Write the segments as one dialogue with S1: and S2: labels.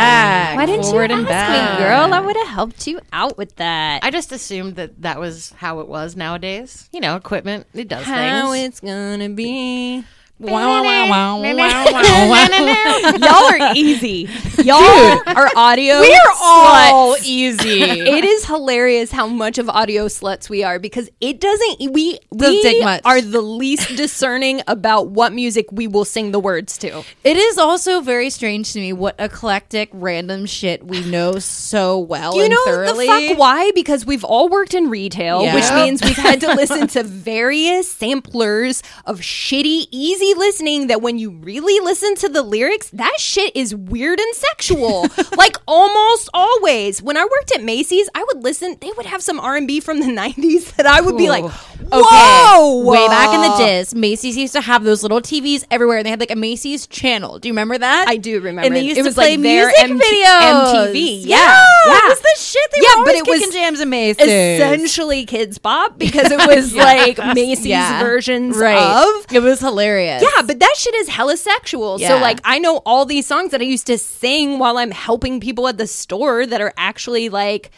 S1: Why didn't you
S2: forward
S1: ask
S2: and
S1: me,
S2: back.
S1: girl? I would have helped you out with that.
S3: I just assumed that that was how it was nowadays. You know, equipment it does
S2: How
S3: things.
S2: it's gonna be?
S3: Wow, wow, wow, wow,
S1: Y'all are easy. Y'all are audio.
S2: We are all
S1: sluts.
S2: easy.
S1: It is hilarious how much of audio sluts we are because it doesn't. We
S2: Doesn't take
S1: we
S2: much.
S1: are the least discerning about what music we will sing the words to.
S2: It is also very strange to me what eclectic random shit we know so well.
S1: You
S2: and
S1: know
S2: thoroughly.
S1: the fuck why? Because we've all worked in retail,
S2: Yeah.
S1: which means we've had to listen to various samplers of shitty, easy listening that when you really listen to the lyrics, that shit is weird and sexual. like almost always. When I worked at Macy's, I would listen, they would have some R&B from the 90s that I would be like, whoa!
S2: Way back in the days, Macy's used to have those little TVs everywhere, and they had like a Macy's channel. Do you remember that?
S1: I do remember.
S2: And they
S1: it.
S2: used
S1: It
S2: to
S1: was like
S2: play
S1: their
S2: music
S1: MT
S2: videos.
S1: MTV. Yeah.
S2: yeah,
S1: Yeah.
S2: It was the shit they
S1: Yeah,
S2: were
S1: but
S2: always
S1: it was
S2: kicking jams and Macy's.
S1: essentially kids bop because it was like Macy's
S2: Yeah.
S1: versions
S2: right.
S1: of.
S2: It was hilarious.
S1: Yeah, but that shit is hella sexual. So
S2: Yeah.
S1: like I know all these songs that I used to sing while I'm helping people at the store that are actually like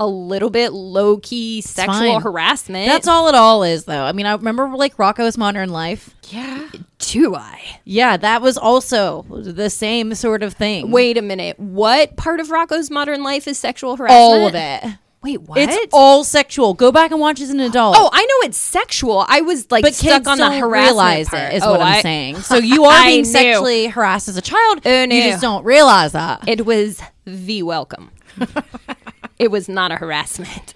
S1: a little bit low key sexual
S2: fine.
S1: harassment.
S2: That's all it all is, though. I mean, I remember like Rocco's Modern Life.
S3: Yeah.
S1: do I.
S2: Yeah, that was also the same sort of thing.
S1: Wait a minute. What part of Rocco's modern life is sexual harassment?
S2: all of it.
S1: Wait, what?
S2: It's all sexual. Go back and watch as an adult.
S1: Oh, I know it's sexual. I was like
S2: but
S1: stuck
S2: kids
S1: on the
S2: don't
S1: harassment
S2: realize
S1: part.
S2: it is
S1: Oh,
S2: what I'm
S1: I-
S2: saying. So you are
S1: I
S2: being
S1: knew.
S2: sexually harassed as a child.
S1: Oh,
S2: You
S1: no.
S2: just don't realize that.
S1: It was the welcome. it was not a harassment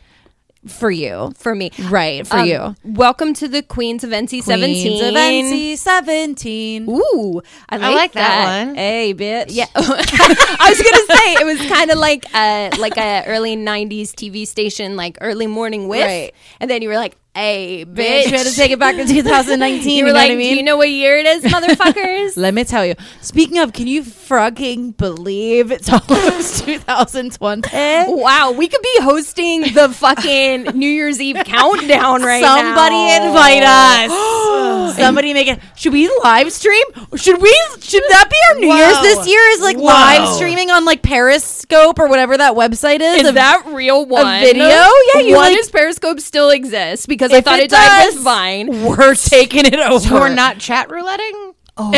S2: for you.
S1: for me.
S2: Right, for
S1: Um,
S2: you.
S1: Welcome to the Queens of NC
S2: Queens of
S1: 17.
S2: NC 17.
S1: Ooh, I like,
S3: like that one.
S1: Hey, bitch. Yeah, I was gonna say it was kind of like a like a early '90s TV station, like early morning whiff,
S2: Right.
S1: and then you were like, "Hey,
S2: Bitch,
S1: bitch."
S2: we had to take it back to 2019.
S1: you
S2: you
S1: were
S2: know
S1: like,
S2: what I
S1: "Do
S2: mean?
S1: you know what year it is, motherfuckers?"
S2: Let me tell you. Speaking of, can you fucking believe it's almost 2020?
S1: Wow, we could be hosting the fucking New Year's Eve countdown right
S2: Somebody
S1: now.
S2: invite us. Somebody make it. Should we live stream? Should we? Should that be our New Year's
S3: Whoa.
S2: this year? Is like
S3: Whoa.
S2: live streaming on like Periscope or whatever that website is.
S1: Is
S2: of-
S1: that real one?
S2: video? Yeah, you
S1: one
S2: like-
S1: is Periscope still exists because I
S2: if
S1: thought it,
S2: it
S1: died with
S2: does,
S1: Vine.
S2: We're taking it over.
S3: So we're not chat rouletting?
S1: Oh.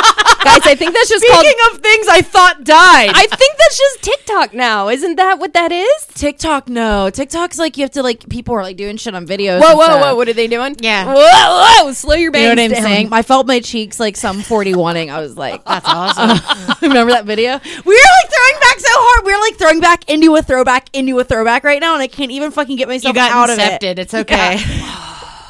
S1: Guys, I think that's just called.
S2: Speaking of things I thought died.
S1: I think that's just TikTok now. Isn't that what that is?
S2: TikTok, no. TikTok's like you have to like people are like doing shit on videos.
S1: Whoa,
S2: and
S1: whoa,
S2: stuff.
S1: whoa! What are they doing?
S3: Yeah.
S1: Whoa, whoa! Slow your bangs
S2: You know what I'm
S1: down.
S2: saying? I felt my cheeks like some 41ing. I was like,
S3: That's awesome.
S2: remember that video? We were like throwing back so hard. We were like throwing back into a throwback, into a throwback right now, and I can't even fucking get myself
S3: you got
S2: out of it.
S3: incepted. It's okay.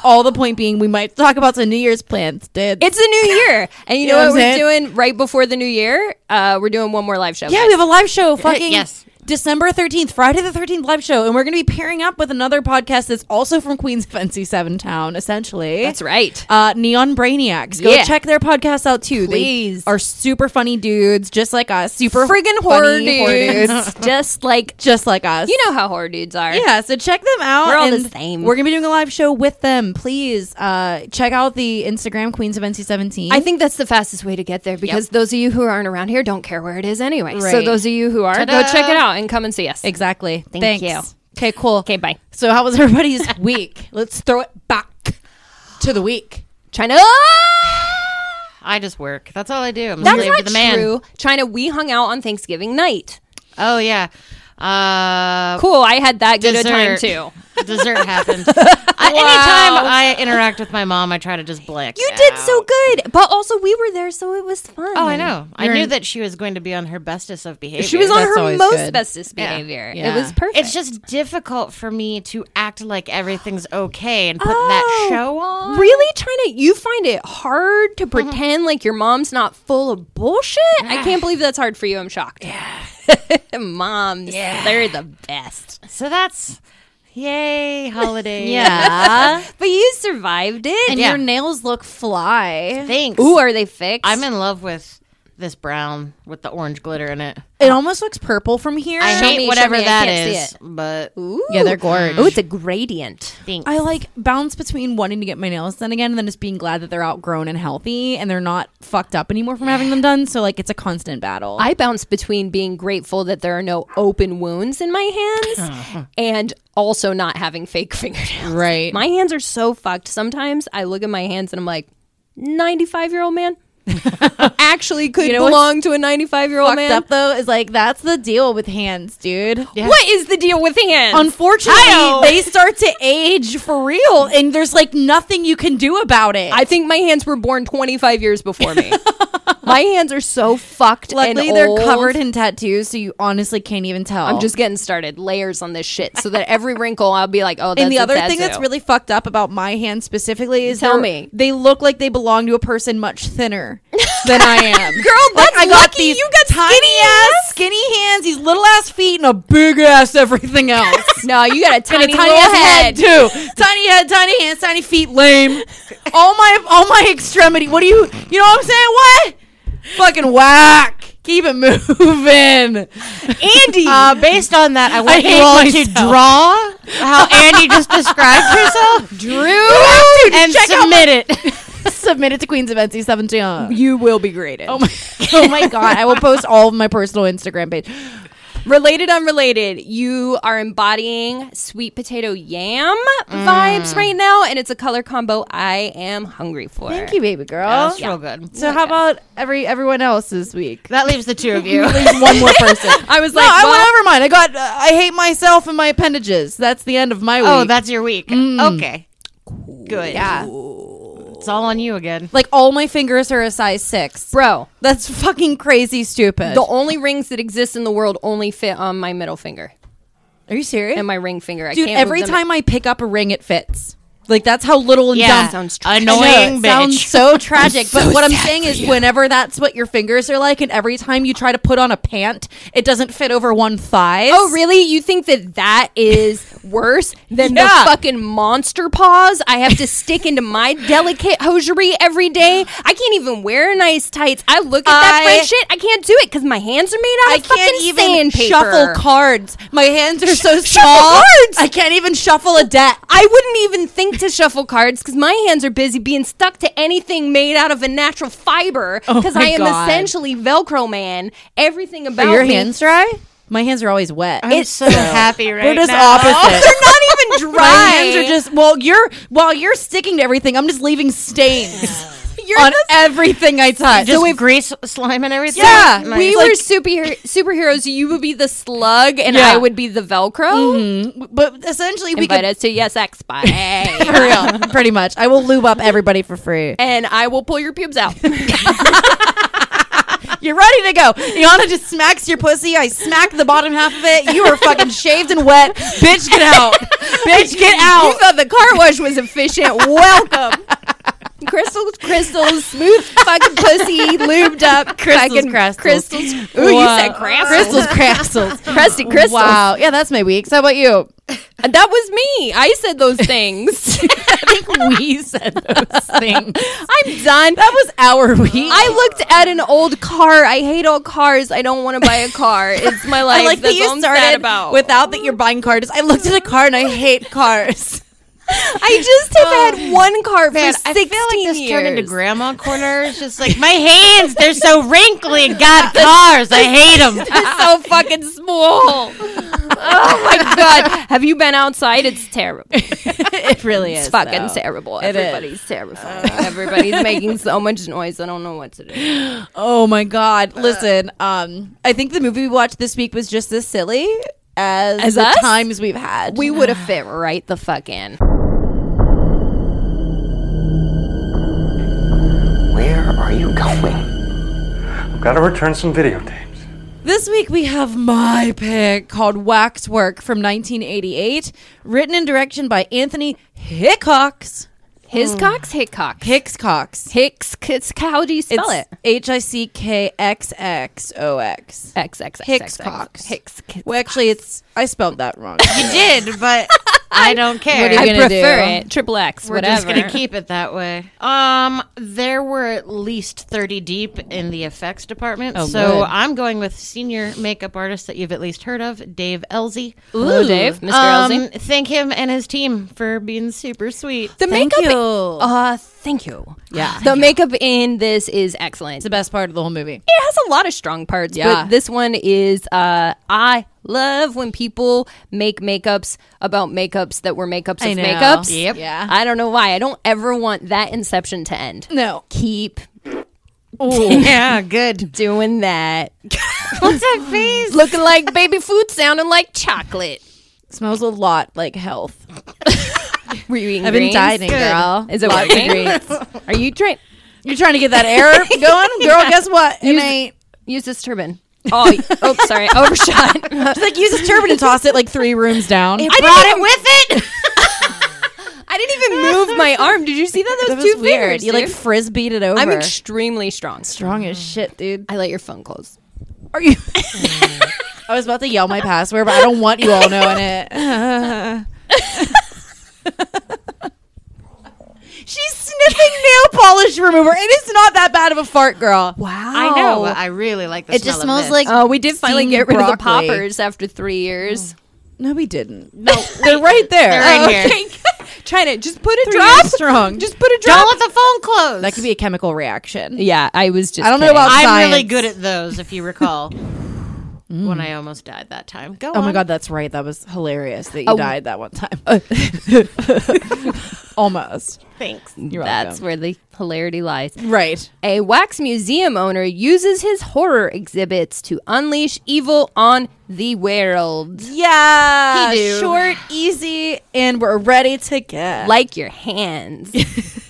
S2: All the point being, we might talk about some New Year's plans, dude.
S1: It's a new year, and
S2: You
S1: you, know,
S2: know
S1: what,
S2: what
S1: we're
S2: I'm
S1: doing right before the new year? Uh, we're doing one more live show.
S2: yeah,
S1: guys.
S2: we have a live show. Fucking
S3: yes.
S2: December 13th, Friday the 13th live show, and we're going to be pairing up with another podcast that's also from Queens of NC7 Town, essentially.
S1: that's right.
S2: uh, Neon Brainiacs. Go
S1: Yeah.
S2: check their podcast out too.
S1: Please.
S2: They are super funny dudes, just like us. Super
S1: Friggin'
S2: funny
S1: horror dudes, just like
S2: just like us.
S1: you know how horror dudes are.
S2: Yeah, so check them out.
S1: We're all the
S2: and
S1: same.
S2: We're gonna be doing a live show with them. Please uh, check out the Instagram Queens of NC17.
S1: I think that's the fastest way to get there because those of you who aren't around here don't care where it is anyway. So
S2: Right.
S1: those of you who are,
S3: Ta-da.
S1: go check it out and come and see us.
S2: exactly.
S1: Thank
S2: Thanks.
S1: you.
S2: Okay, cool.
S1: Okay, bye.
S2: So how was everybody's week? Let's throw it back to the week.
S1: China.
S3: I just work. That's all I do. I'm a
S1: That's
S3: slave to
S1: not
S3: the man.
S1: true. China, we hung out on Thanksgiving night.
S3: Oh yeah. Uh
S1: Cool. I had that good a time
S3: dessert.
S1: too.
S3: Dessert happened. I, anytime I interact with my mom, I try to just black.
S1: You did so good, but also we were there, so it was fun.
S3: Oh, I know. I
S2: You're
S3: knew
S2: in-
S3: that she was going to be on her bestest of behavior.
S1: She was on
S2: That's
S1: her
S2: always
S1: most
S2: good.
S1: bestest
S3: Yeah.
S1: behavior. It
S2: Yeah.
S1: was perfect.
S3: It's just difficult for me to act like everything's okay and put that
S1: Oh,
S3: show on.
S1: Really, China, you find it hard to
S2: Mm-hmm.
S1: pretend like your mom's not full of bullshit? I can't believe that's hard for you. I'm shocked. Yeah. Moms, they're the best.
S3: So that's yay holiday.
S2: Yeah.
S1: But you survived it.
S2: and
S3: Yeah.
S2: your nails look fly.
S3: Thanks.
S1: Ooh, are they fixed?
S3: I'm in love with this brown with the orange glitter in it.
S2: It almost looks purple from here.
S3: I
S1: Show
S3: hate
S1: me, show
S3: whatever
S1: me. I
S3: that
S1: can't see
S3: is,
S1: it.
S3: but
S1: Ooh.
S2: Yeah, they're gorge.
S1: Oh, it's a gradient.
S3: thanks.
S2: I like balance between wanting to get my nails done again and then just being glad that they're outgrown and healthy and they're not fucked up anymore from having them done. So like it's a constant battle.
S1: I bounce between being grateful that there are no open wounds in my
S2: Uh-huh.
S1: hands and also not having fake fingernails.
S2: Right.
S1: My hands are so fucked. Sometimes I look at my hands and I'm like, 95 year old man actually could
S2: know what's
S1: belong to a 95 year old
S2: fucked
S1: man.
S2: up though is like that's the deal with hands, dude.
S1: What is the deal with hands?
S2: Unfortunately,
S1: Hi-yo.
S2: they start to age for real, and there's like nothing you can do about it.
S1: I think my hands were born 25 years before me. my hands are so fucked.
S2: Luckily,
S1: and
S2: they're
S1: old.
S2: covered in tattoos, so you honestly can't even tell.
S1: I'm just getting started. Layers on this shit, so that every wrinkle, I'll be like, oh. That's
S2: and the
S1: a
S2: other thing that's
S1: tattoo.
S2: really fucked up about my hand specifically is
S1: Tell
S2: they're-
S1: me.
S2: they look like they belong to a person much thinner than I am. Girl,
S1: that's
S2: I got
S1: lucky
S2: these
S1: you got
S2: tiny ass, skinny hands, these little ass feet, and a big ass everything else.
S1: no. You got a
S2: And a
S1: tiny,
S2: tiny
S1: little
S2: ass head.
S1: head.
S2: too. Tiny head, tiny hands, tiny feet. Lame. All my all my extremity. What do you? You know what I'm saying? What? Fucking whack. Keep it moving, Andy.
S3: Uh, based on that, I want you
S2: hate
S3: all to
S2: myself.
S3: draw how Andy just described herself,
S2: Drew,
S3: and submit it.
S2: submit it to Queens of NC Seventeen.
S1: You will be graded.
S2: Oh my, oh my god! I will post all of my personal Instagram page.
S1: Related, unrelated. You are embodying sweet potato yam
S2: Mm.
S1: vibes right now, and it's a color combo I am hungry for.
S2: Thank you, baby girl.
S3: That's real good.
S2: So how about every everyone else this week?
S3: That leaves the two of you.
S2: One more person.
S1: I was
S2: no,
S1: like,
S2: I
S1: well,
S2: went over mine. I got. Uh, I hate myself and my appendages. That's the end of my week.
S3: oh, that's your week.
S2: Mm.
S3: Okay, good. Yeah, it's all on you again.
S2: like all my fingers are a size six.
S1: bro.
S2: That's fucking crazy stupid.
S1: The only rings that exist in the world only fit on my middle finger
S2: Are you serious?
S1: and my ring finger. I
S2: Dude,
S1: can't move
S2: every
S1: them.
S2: time I pick up a ring, it fits. Like that's how little and
S3: Yeah,
S2: dumb.
S1: sounds tra-
S3: annoying,
S2: I know, it
S3: bitch.
S2: Sounds so tragic. but what I'm saying is, whenever that's what your fingers are like, and every time you try to put on a pant, it doesn't fit over one thigh.
S1: Oh, really? You think that that is worse than
S2: Yeah.
S1: the fucking monster paws I have to stick into my delicate hosiery every day? I can't even wear nice tights. I look at that
S2: I-
S1: French shit. I can't do it because my hands are made out
S2: I
S1: of fucking
S2: can't even
S1: sandpaper.
S2: shuffle cards. My hands are so
S1: shuffle
S2: small.
S1: cards!
S2: I can't even shuffle a deck.
S1: I wouldn't even think to shuffle cards because my hands are busy being stuck to anything made out of a natural fiber because
S2: my
S1: I am
S2: God.
S1: essentially Velcro man. Everything about
S2: Are your
S1: me-
S2: hands dry? My hands are always wet.
S3: I'm so happy right
S2: We're just
S3: now.
S2: opposite.
S1: They're not even dry.
S2: My hands are just well. You're while you're sticking to everything. I'm just leaving stains
S1: You're
S2: on
S1: the
S2: everything I touch.
S3: Just grease slime and everything.
S2: Yeah,
S3: Nice.
S1: we
S2: Like-
S1: were super superheroes. You would be the slug, and
S2: Yeah.
S1: I would be the Velcro.
S2: but essentially, we
S1: Invite
S2: could
S1: us to Yes X Spy,
S2: for real, pretty much. I will lube up everybody for free.
S1: and I will pull your pubes out.
S2: You're ready to go. Iana just smacks your pussy. I smack the bottom half of it. You are fucking shaved and wet. Bitch, get out. Bitch, get
S1: You
S2: out.
S1: thought the car wash was efficient? Welcome. Crystals, crystals, smooth fucking pussy, lubed up,
S2: Crystals,
S1: fucking
S2: crystals.
S1: crystals. Ooh, you
S2: Wow.
S1: said
S2: Crystals,
S1: crystals,
S2: crystals.
S1: crusty crystals.
S2: Wow. Yeah, that's my week. So how about you?
S1: That was me. I said those things.
S2: I think we said those things.
S1: I'm done.
S2: That was our week.
S1: I looked at an old car. I hate old cars. I don't want to buy a car. It's my life.
S2: I like
S1: That's
S2: that you
S1: all I'm sad
S2: started
S1: about.
S2: without that you're buying cars. I looked at a car and I hate cars.
S1: I just have
S2: Oh.
S1: had one car
S3: Man,
S1: for
S3: I
S1: 16
S3: feel like this
S1: years.
S3: turned into grandma corner. It's just like my hands, they're so wrinkly. God, cars, I hate them.
S1: It's so fucking small. oh my god! Have you been outside? It's terrible. It's
S2: it really is.
S1: fucking
S2: though.
S1: terrible.
S2: It is. Uh.
S1: Everybody's terrified. Everybody's making so much noise. I don't know what to do.
S2: Oh my god! Listen, um, I think the movie we watched this week was just as silly as,
S1: As
S2: the
S1: us?
S2: times we've had.
S1: We would have fit right the fuck in.
S4: Where are you going? I've got to return some videotapes.
S2: this week we have my pick called Waxwork from 1988, written and directed by Anthony Hickox.
S1: His
S2: Hmm.
S1: cocks, Hickok.
S2: Hicks Cox.
S1: Hicks, Hicks. How do you spell
S2: It's
S1: it?
S2: H I C K X X O X.
S1: X X X, X
S2: Hicks
S1: X.
S2: Cox.
S1: Hicks.
S2: Well, actually, it's I spelled that wrong.
S3: You did, but I don't care.
S2: What are you
S1: I
S2: gonna
S1: prefer
S2: do?
S1: it. Triple X,
S3: We're
S1: whatever.
S3: just gonna keep it that way. Um, there were at least thirty deep in the effects department, so
S2: Oh, good.
S3: I'm going with senior makeup artist that you've at least heard of, Dave Elzey.
S1: Hello, Dave. Mr.
S3: Um,
S1: Elsie.
S3: thank him and his team for being super sweet.
S1: The
S2: Thank
S1: makeup.
S2: you.
S1: Uh, thank you.
S2: Yeah.
S1: The makeup in this is excellent.
S2: the best part of the whole movie.
S1: it has a lot of strong parts,
S2: Yeah.
S1: but this one is uh I love when people make makeups about makeups that were makeups
S2: I
S1: of
S2: know.
S1: makeups.
S3: Yep.
S2: Yeah.
S1: I don't know why. I don't ever want that inception to end.
S2: No.
S1: Keep
S3: yeah, good.
S1: doing that.
S3: What's that face?
S1: Looking like baby food, sounding like chocolate.
S2: Smells a lot like health.
S1: Were you eating
S2: I've been
S1: greens?
S2: dieting, girl.
S1: Is it
S2: Lots of
S1: working?
S2: greens.
S1: Are you drink?
S2: You're trying to get that air going, girl. Guess what? It ain't.
S1: Use this turban. Oh, oh, sorry, overshot.
S2: She's like, use this turban and toss it like three rooms down.
S1: I didn't
S3: Brought it
S1: even-
S3: with it.
S1: I didn't even move my arm. Did you see that? Those
S2: That
S1: two
S2: was weird.
S1: fingers.
S2: You like
S1: dude.
S2: frisbeed it over.
S1: I'm extremely strong.
S2: strong as shit, dude.
S1: I let your phone close.
S2: Are you? I was about to yell my password, but I don't want you all knowing it. She's sniffing nail polish remover. It is not that bad of a fart, girl. Wow.
S3: I know. I really like the
S2: It
S3: smell
S2: just
S3: of
S2: smells
S3: this.
S2: like.
S1: Oh, we did finally
S2: steamed
S1: get rid of the
S2: broccoli.
S1: poppers after three years.
S2: No, we didn't. No, they're right there.
S3: They're right
S2: Oh,
S3: here.
S1: Trying to just put a
S2: Three
S1: drop.
S2: years strong.
S1: Just put a drop.
S3: Don't let the phone close.
S2: That could be a chemical reaction.
S1: Yeah, I was just.
S2: I don't know
S1: kidding.
S2: about-
S3: I'm really
S2: science.
S3: good at those, if you recall. When I almost died that time. Go
S2: Oh
S3: on.
S2: my god, that's right. That was hilarious that you died that one time. Almost.
S3: Thanks.
S2: You're
S1: That's
S2: welcome.
S1: where the hilarity lies.
S2: right.
S1: A wax museum owner uses his horror exhibits to unleash evil on the world.
S2: Yeah,
S3: He do.
S2: short, easy, and we're ready to get
S1: Like your hands.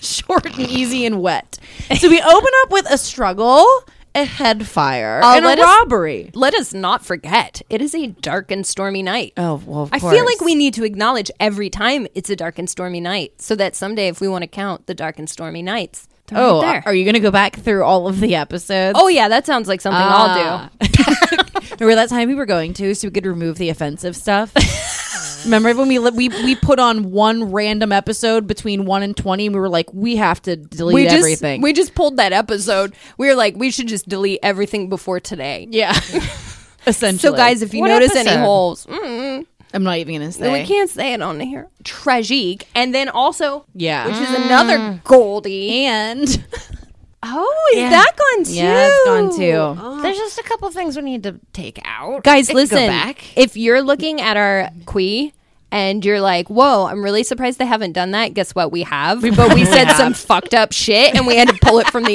S2: short and easy and wet. So we open up with a struggle, a head fire,
S1: Uh,
S2: and
S1: let
S2: a
S1: us-
S2: robbery.
S1: Let us not forget, it is a dark and stormy night.
S2: Oh well, of
S1: I feel like we need to acknowledge every time it's a dark and stormy night so that someday if we want to count the dark and stormy nights, they're
S2: Oh,
S1: right there.
S2: are you going to go back through all of the episodes?
S1: oh, yeah, that sounds like something I'll
S2: Ah,
S1: do.
S2: Remember that time we were going to, so we could remove the offensive stuff. Remember when we li- we we put on one random episode between one and twenty, and we were like, we have to delete
S1: We
S2: everything.
S1: just we just pulled that episode. We were like, we should just delete everything before today.
S2: yeah, essentially.
S1: So, guys, if you
S3: What
S1: notice any
S3: episode?
S1: holes, mm,
S2: I'm not even gonna say.
S1: we can't say it on here. Tragique, and then also,
S2: Yeah.
S1: which is another
S2: Mm.
S1: Goldie.
S2: And
S1: Oh, is that gone too?
S2: yeah, it's gone too.
S3: There's just a couple things we need to take out.
S1: guys
S3: It could
S1: listen
S3: Go back.
S1: if you're looking at our qui and you're like whoa i'm really surprised they haven't done that guess what we have but we said some fucked up shit and we had to pull it from the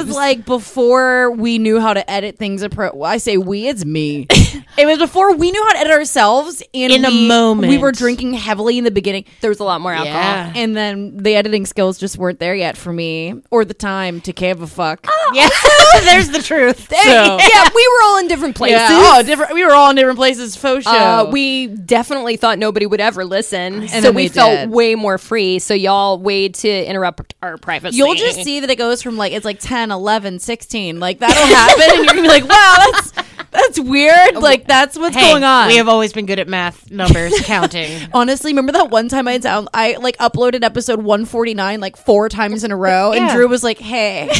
S2: It was like before we knew how to edit things. Appro- well, I say we, it's me. it was before we knew how to edit ourselves. And
S3: In a
S2: we-
S3: moment.
S2: we were drinking heavily in the beginning,
S1: there was a lot more alcohol
S3: Yeah.
S2: and then the editing skills just weren't there yet for me, or the time to give a fuck.
S3: Yeah, there's the truth.
S2: So-
S1: yeah we were all in different places
S2: Oh. yeah, oh, different. We were all in different places. Faux show.
S1: Uh, we definitely thought nobody would ever listen, so
S2: then
S1: we
S2: they
S1: felt
S2: did.
S1: way more free. So y'all way to interrupt our privacy.
S2: You'll just see that it goes from like it's like 10, 11, 16. Like that'll happen, and you're gonna be like, "Wow, that's that's weird." Like that's what's
S3: Hey,
S2: going on.
S3: We have always been good at math, numbers, counting.
S2: Honestly, remember that one time I down I like uploaded episode 149 like four times in a row, and
S3: Yeah.
S2: Drew was like, "Hey,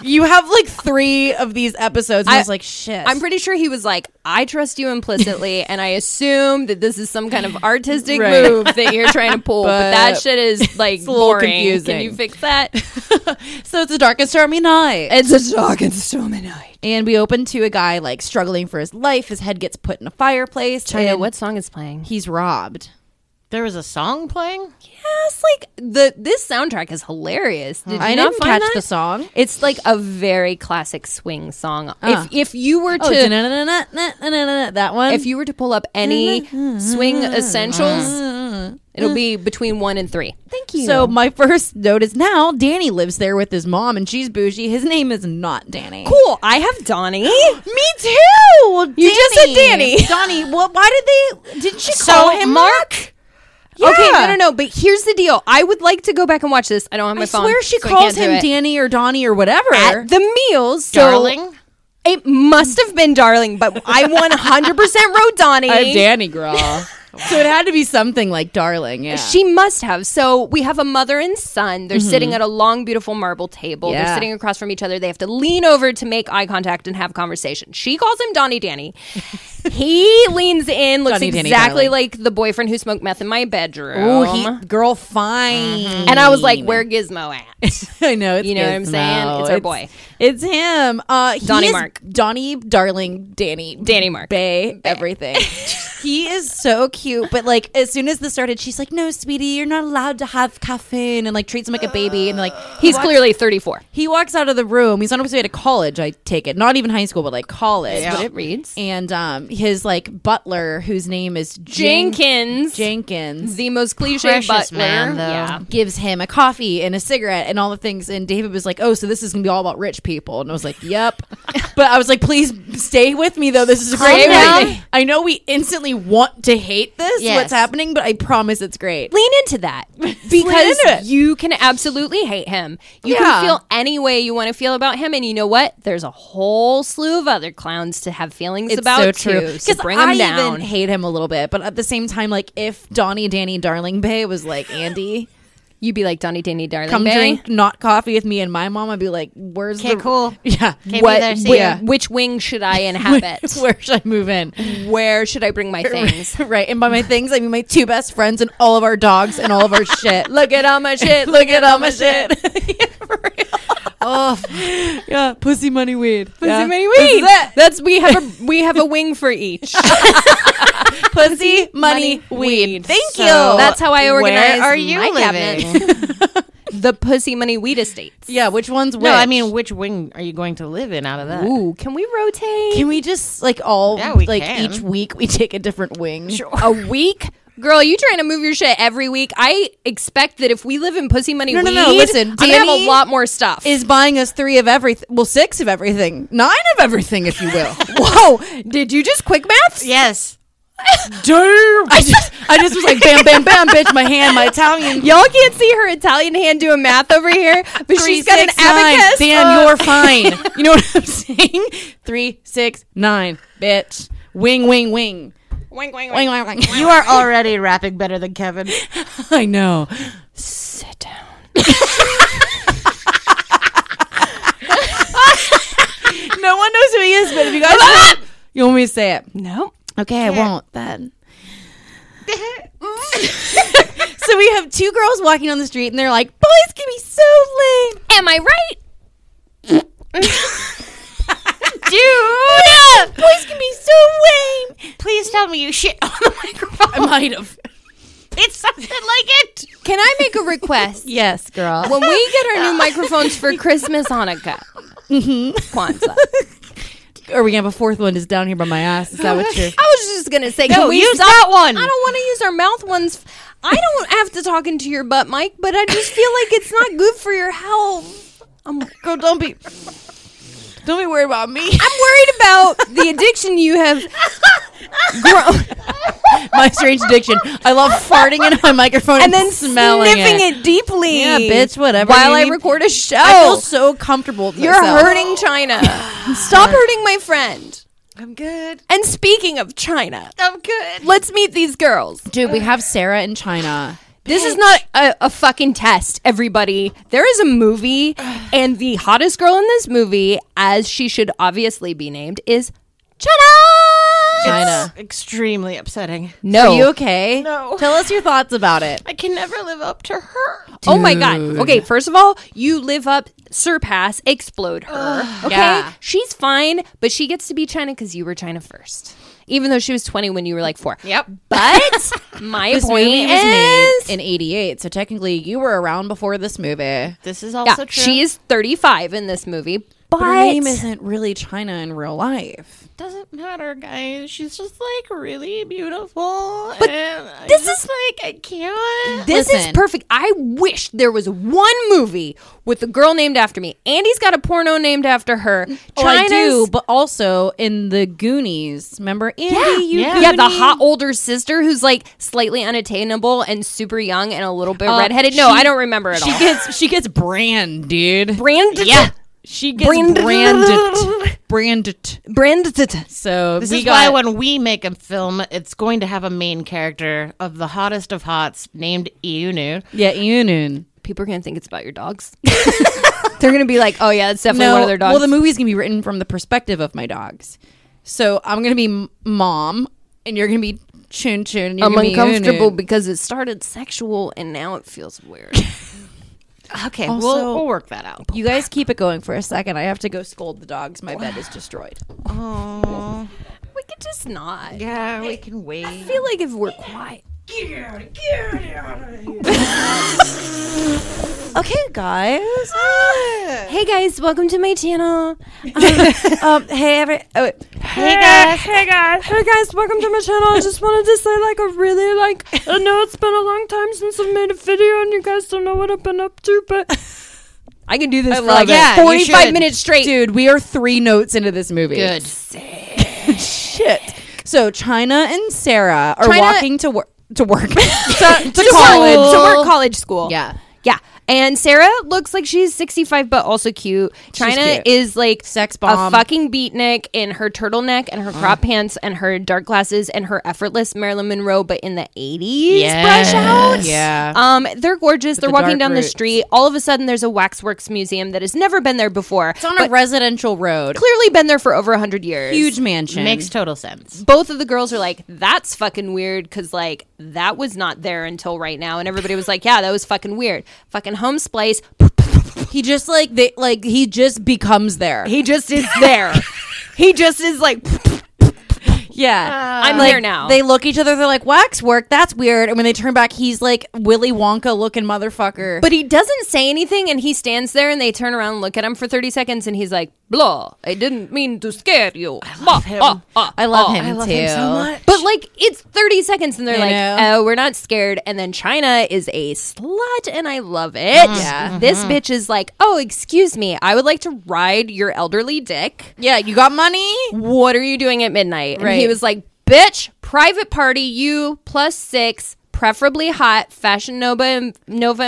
S2: you have like three of these episodes." And I,
S1: I-
S2: was like, "Shit."
S1: I'm pretty sure he was like, I trust you implicitly, and I assume that this is some kind of artistic
S2: Right.
S1: move that you're trying to pull. but,
S2: But
S1: that shit is like
S2: a little
S1: boring. Can
S2: confusing.
S1: you fix that?
S2: so it's the darkest stormy night,
S1: it's a dog and stormy night.
S2: and we open to a guy like struggling for his life. His head gets put in a fireplace.
S1: China,
S2: and
S1: what song is playing?
S2: He's robbed.
S3: there was a song playing.
S1: Yes, like the this soundtrack is hilarious. Did you
S2: Mm-hmm. I
S1: not
S2: didn't
S1: find
S2: catch
S1: that?
S2: the song.
S1: It's like a very classic swing song.
S2: Uh.
S1: If if you were to
S2: Oh, da-na-na-na-na-na-na-na, that one.
S1: if you were to pull up any
S2: Mm-hmm.
S1: swing essentials, it'll be between one and three. Thank you.
S2: so my first note is now Danny lives there with his mom, and she's bougie. His name is not Danny.
S1: cool. I have Donnie.
S2: Me too.
S1: You just said Danny.
S2: Donnie. Well, why did they? Didn't she
S3: So,
S2: call him
S3: Mark?
S2: Mark?
S1: Okay, no, no, no. But here's the deal. I would like to go back and watch this. I don't have my
S2: I
S1: phone.
S2: swear she
S1: so I
S2: calls
S1: can't do
S2: him
S1: it.
S2: Danny or Donnie or whatever.
S1: at the meals. So
S3: Darling.
S1: it must have been darling, but I 100 percent wrote Donnie.
S2: Danny girl. So it had to be something like darling. Yeah.
S1: She must have. So we have a mother and son. They're sitting at a long, beautiful marble table.
S2: Mm-hmm. Yeah.
S1: They're sitting across from each other. They have to lean over to make eye contact and have conversation. She calls him Donnie Danny. he leans in, looks
S2: Donnie Danny
S1: exactly
S2: Darling.
S1: like the boyfriend who smoked meth in my bedroom.
S2: Ooh,
S1: Um,
S2: he, girl, fine.
S1: and I was like, where Gizmo at?
S2: I know. It's
S1: You know what I'm
S2: Gizmo.
S1: saying? It's our boy.
S2: It's him. Uh, he
S1: Donnie
S2: is
S1: Mark.
S2: Donnie, darling, Danny,
S1: Danny Mark.
S2: Bay, everything. he is so cute. But like, as soon as this started, she's like, "No, sweetie, you're not allowed to have caffeine," and like treats him like a baby. And like,
S1: He's clearly 34.
S2: he walks out of the room. He's on his way to college. I take it, not even high school, but like college.
S3: Uh,
S1: That's what it reads.
S2: And um, his like butler, whose name is Jen-
S1: Jenkins.
S2: Jenkins.
S1: the most cliche
S3: Precious
S1: butler.
S3: man, though.
S1: Yeah.
S2: gives him a coffee and a cigarette and all the things. And David was like, "Oh, so this is gonna be all about rich people?" And I was like, "Yep." but I was like, "Please stay with me, though. This is a great
S1: down.
S2: idea. I know we instantly want to hate this,
S3: Yes.
S2: what's happening, but I promise it's great."
S1: lean into that
S2: Lean into it.
S1: because you can absolutely hate him. You
S2: Yeah.
S1: can feel any way you want to feel about him, and you know what? There's a whole slew of other clowns to have feelings about too. So bring
S2: I
S1: him down.
S2: even hate him a little bit, but at the same time, like if Donnie, Danny, Darling Bay was like Andy,
S1: You'd be like Donny Danny Darling. eh?
S2: come
S1: bae.
S2: drink not coffee with me and my mom, I'd be like, "Where's
S3: Okay,
S2: the
S3: cool.
S2: Yeah,
S3: Can't
S1: What?
S3: be there. See
S1: whi-
S3: ya.
S1: Which wing should I inhabit?
S2: where should I move in?"
S1: Where should I bring my things?
S2: right. And by my things, I mean my two best friends and all of our dogs and all of our shit. Look,
S1: Look at all my shit.
S2: look at all my shit. oh, yeah, pussy money weed. Pussy
S1: That's
S2: money
S1: many
S2: weed.
S1: wings. That's we have a we have a wing for each.
S2: Pussy money, weed. Thank you.
S1: That's how I organize.
S3: Where are you
S1: my cabinet.
S3: living?
S1: The pussy money weed estates.
S2: yeah. Which one's which?
S3: no, I mean, which wing are you going to live in out of that?
S1: Ooh, can we rotate?
S2: Can we just like all
S3: Yeah, we
S2: like
S3: can.
S2: each week we take a different wing? Sure.
S1: a week? Girl, you trying to move your shit every week? I expect that if we live in pussy money
S2: No, no,
S1: weed,
S2: no, listen,
S1: I'm gonna have
S2: Danny
S1: a lot more stuff.
S2: Is buying us three of everything, well, six of everything, nine of everything, if you will.
S1: whoa? Did you just quick maths?
S3: Yes.
S2: Damn! I just, I just was like, bam, bam, bam, bitch, my hand, my Italian
S1: Y'all can't see her Italian hand doing math over here, but she
S2: she
S1: she's got an abacus.
S2: Dan,
S1: Uh,
S2: you're fine. You know what I'm saying? Three, six, nine, bitch. Wing, wing, wing.
S1: Wing, wing,
S2: Wing,
S1: wing.
S2: wing, wing.
S3: You are already rapping better than Kevin.
S2: I know.
S1: Sit down.
S2: No one knows who he is, but if you guys, want, you want me to say it?
S1: No.
S2: Okay, I won't then. so we have two girls walking down the street, and they're like, "Boys can be so lame."
S1: Am I right?
S2: Dude, Ah, boys can be so lame.
S3: Please tell me you shit on the microphone.
S2: I might have.
S3: It's something like it.
S1: Can I make a request?
S2: Yes, girl.
S1: when we get our new microphones for Christmas, Hanukkah, Mm-hmm. Kwanzaa.
S2: Or we gonna have a fourth one just down here by my ass? Is that what you're?
S1: I was just gonna say, can
S3: No,
S1: we
S3: use
S1: stop?
S3: that one.
S1: I don't want to use our mouth ones. I don't have to talk into your butt, Mike, but I just feel like it's not good for your health. I'm, I'm
S2: Girl, don't be, don't be worried about me.
S1: worried about the addiction you have.
S2: my strange addiction. I love farting into my microphone
S1: And then
S2: smelling
S1: sniffing it. deeply.
S2: Yeah, bitch, whatever
S1: While
S2: you
S1: I
S2: need.
S1: record a show.
S2: I feel so comfortable. With
S1: You're
S2: myself.
S1: hurting China. Stop hurting my friend.
S3: I'm good.
S1: And speaking of China,
S3: I'm good.
S1: let's meet these girls.
S2: dude. We have Sarah in China.
S1: This is not a, a fucking test, everybody. There is a movie, and the hottest girl in this movie, as she should obviously be named, is Chana.
S2: China.
S3: Extremely upsetting.
S1: No.
S2: Are you okay?
S3: No.
S2: Tell us your thoughts about it.
S3: I can never live up to her.
S1: Oh my god. Okay, first of all, you live up, surpass, explode her. okay,
S2: Yeah.
S1: she's fine, but she gets to be China because you were China first, even though she was twenty when you were like four.
S3: Yep.
S1: But my
S2: This
S1: point
S2: movie
S1: is,
S2: was made in '88, so technically you were around before this movie.
S3: This is
S1: yeah,
S3: also true.
S1: she is thirty-five in this movie. But,
S2: Her name isn't really China in real life.
S3: doesn't matter, guys. She's just like really beautiful.
S1: But
S3: and
S1: this
S3: I just,
S1: is-
S3: like I can't.
S1: This
S2: Listen.
S1: is perfect. I wish there was one movie with a girl named after me. Andy's got a porno named after her.
S2: Oh, I do,
S1: China's-
S2: but also in the Goonies. Remember, Andy,
S1: Yeah,
S2: you
S1: yeah. the hot older sister who's like slightly unattainable and super young Uh, and a little bit redheaded. No,
S2: she-
S1: I don't remember at
S2: she
S1: all.
S2: gets she gets brand, dude.
S1: Brand,
S3: Yeah.
S2: She gets
S1: Brand-
S2: branded. Branded.
S1: Branded.
S2: So
S3: This
S2: we
S3: is
S2: got,
S3: why when we make a film, it's going to have a main character of the hottest of hots named Iunu.
S2: yeah, Yunun.
S1: People are gonna think it's about your dogs. They're gonna be like, oh yeah, it's definitely one of their dogs.
S2: Well, the movie's gonna be written from the perspective of my dogs. So I'm gonna be m- mom, and you're gonna be Chun Chun. and you're
S1: I'm
S2: gonna be
S1: uncomfortable
S2: Yunun.
S1: because it started sexual and now it feels weird.
S3: Okay,
S2: Also-
S3: we'll, we'll work that out.
S2: You guys keep it going for a second. I have to go scold the dogs. My bed is destroyed.
S1: we could just not.
S3: Yeah, we can
S1: I
S3: wait.
S1: feel like if we're quiet.
S2: Okay, guys.
S1: Hey guys, welcome to my channel.
S2: um, hey, every. Oh,
S3: Hey guys,
S1: Uh, Hey guys, welcome to my channel. I just wanted to say, like, I really like. I know it's been a long time since I've made a video, and you guys don't know what I've been up to, but I can do this for like
S3: it. Yeah, you
S1: 45
S3: should.
S1: minutes straight.
S2: dude, we are three notes into this movie.
S3: good.
S2: shit. So China and Sarah are
S1: China-
S2: walking to work to work to,
S1: To
S2: college.
S1: college, to work college school.
S2: Yeah.
S1: yeah. And Sarah looks like she's 65, but also cute. China
S2: cute.
S1: is like
S2: Sex
S1: a
S2: bomb. Mm.
S1: fucking beatnik in her turtleneck and her crop pants and her dark glasses and her effortless Marilyn Monroe, but in the 80s
S3: Yes.
S1: brush out.
S2: Yeah.
S1: Um, they're gorgeous. they're
S2: the
S1: walking
S2: dark
S1: down the
S2: roots.
S1: street. All of a sudden, there's a waxworks museum that has never been there before.
S2: It's on a residential road.
S1: Clearly been there for over 100 years.
S2: Huge mansion.
S3: Makes total sense.
S1: Both of the girls are like, that's fucking weird because, like, that was not there until right now. And everybody was like, yeah, that was fucking weird. Fucking home splice.
S2: he just like they like he just becomes there.
S1: He just is there. he just is like,
S2: yeah.
S1: I'm
S2: Like,
S1: here now.
S2: They look each other, they're like, wax work, that's weird. And when they turn back, he's like Willy Wonka looking motherfucker.
S1: But he doesn't say anything, and he stands there, and they turn around and look at him for thirty seconds, and he's like, "Blah, I didn't mean to scare you." I love him.
S2: oh, I love him too.
S1: But like, it's thirty seconds, and they're
S2: I
S1: like,
S2: know.
S1: "Oh, we're not scared." And then China is a slut, and I love it.
S2: Yeah.
S1: this bitch is like, "Oh, excuse me, I would like to ride your elderly dick.
S2: Yeah, you got money?
S1: What are you doing at midnight?" And he
S2: Right.
S1: was like, "Bitch, private party, you plus six. Preferably hot, Fashion Nova Nova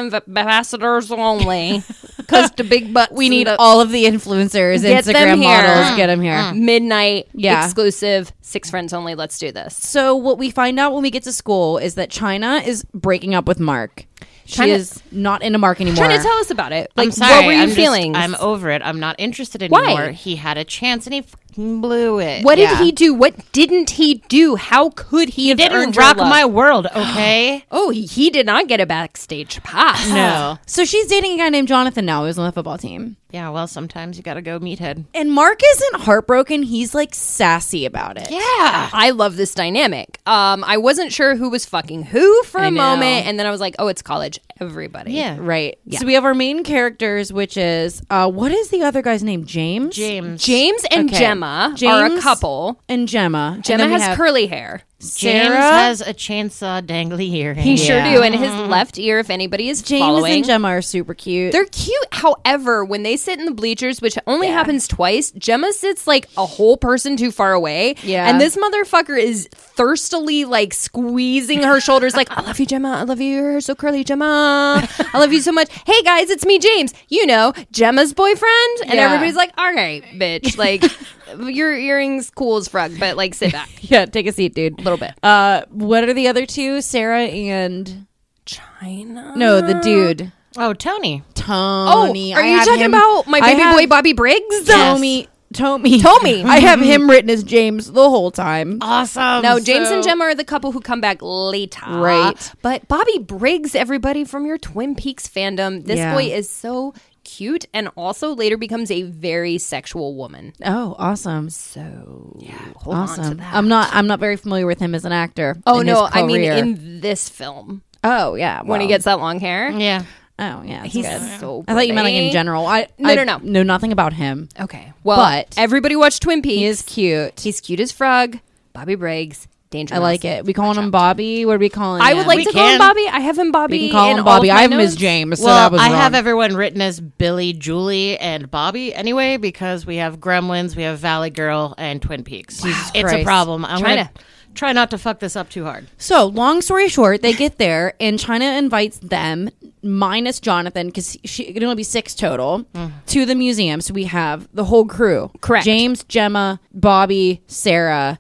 S1: ambassadors only, because the big butt.
S2: We need all of the influencers,
S1: Get them
S2: Instagram
S1: here.
S2: models, get them here. Mm.
S3: mm.
S1: midnight
S2: Yeah.
S1: exclusive six friends only let's do this
S2: So what we find out when we get to school is that China is breaking up with Mark. She
S1: China-
S2: is not into Mark anymore.
S1: trying to tell us about it like
S3: I'm sorry.
S1: what were you
S3: I'm just-
S1: feeling
S3: I'm over it. I'm not interested
S1: Why?
S3: anymore. He had a chance and he fucking blew it.
S1: what
S2: yeah.
S1: did he do what didn't he do how could he, have
S3: Didn't
S1: earned your
S3: rock
S1: love?
S3: my world, okay?
S1: oh he, he did not get a backstage pass
S3: no.
S2: So she's dating a guy named Jonathan now who's on the football team.
S3: Yeah, well, sometimes you gotta go meathead.
S2: And Mark isn't heartbroken, he's like sassy about it.
S3: Yeah.
S1: I love this dynamic. Um, I wasn't sure who was fucking who for a
S2: know.
S1: moment, and then I was like, "Oh, it's college. Everybody,
S3: Yeah.
S2: Right. So we have our main characters, which is uh what is the other guy's name? James?
S3: James.
S1: James and Gemma are a
S2: James
S1: couple.
S2: And Gemma. And
S1: Gemma
S2: then we
S1: has
S2: have
S1: curly hair.
S2: Sarah.
S3: James has a chainsaw dangly earring.
S1: He sure
S2: Yeah.
S1: do. And his left ear, if anybody is
S2: James
S1: following,
S2: and Gemma are super cute.
S1: They're cute. However, when they sit in the bleachers, which only happens twice, Gemma sits like a whole person too far away.
S2: Yeah.
S1: And this motherfucker is thirstily like squeezing her shoulders, like, I love you, Gemma. I love you. You're so curly, Gemma. I love you so much. Hey guys, it's me, James. You know, Gemma's boyfriend. And
S2: Yeah.
S1: everybody's like, all right, bitch. Like, your earrings cool as frog, but like, sit back.
S2: yeah, take a seat, dude.
S1: A little bit.
S2: Uh what are the other two? Sarah and
S1: China.
S2: No, the dude.
S3: oh, Tony.
S2: Tony.
S1: Oh, are
S2: I
S1: you
S2: have
S1: talking
S2: him-
S1: about my
S2: I
S1: baby
S2: have
S1: boy, Bobby Briggs?
S2: Tommy. Tommy.
S1: Tommy.
S2: I have him written as James the whole time.
S3: Awesome.
S1: No, Oh, James and Gemma are the couple who come back later.
S2: Right.
S1: But Bobby Briggs, everybody from your Twin Peaks fandom, this
S2: Yeah.
S1: boy is so cute and also later becomes a very sexual woman.
S2: Oh, awesome.
S1: So hold on to
S2: Awesome.
S1: that.
S2: I'm not I'm not very familiar with him as an actor.
S1: oh
S2: and his
S1: no, I mean
S2: career.
S1: in this film.
S2: Oh yeah.
S1: When he
S2: well,
S1: gets that long hair.
S3: Yeah.
S2: Oh yeah. that's
S1: He's
S2: good.
S1: so
S2: I thought you meant like in
S1: pretty.
S2: general. I
S1: No,
S2: I
S1: no, no.
S2: Know nothing about him.
S1: Okay. Well
S2: But-
S1: everybody watch Twin Peaks.
S2: He is cute.
S1: He's cute as Frog, Bobby Briggs, Danger.
S2: I like it. We calling him Bobby. What are we calling?
S1: I would
S2: him?
S1: like
S3: We
S1: to call
S3: can.
S1: him Bobby. I have him Bobby.
S2: We can call
S1: in
S2: him
S1: all of
S2: Bobby.
S1: my
S2: I have him as
S1: notes.
S2: James. so
S3: Well,
S2: that was
S3: I
S2: wrong.
S3: have everyone written as Billy, Julie, and Bobby anyway because we have Gremlins, we have Valley Girl, and Twin Peaks. it's
S2: Christ.
S3: a problem. I'm
S1: China.
S3: gonna try not to fuck this up too hard.
S2: So, long story short, they get there and China invites them, minus Jonathan, because it'll be six total, to the museum. So we have the whole crew.
S1: Correct.
S2: James, Gemma, Bobby, Sarah,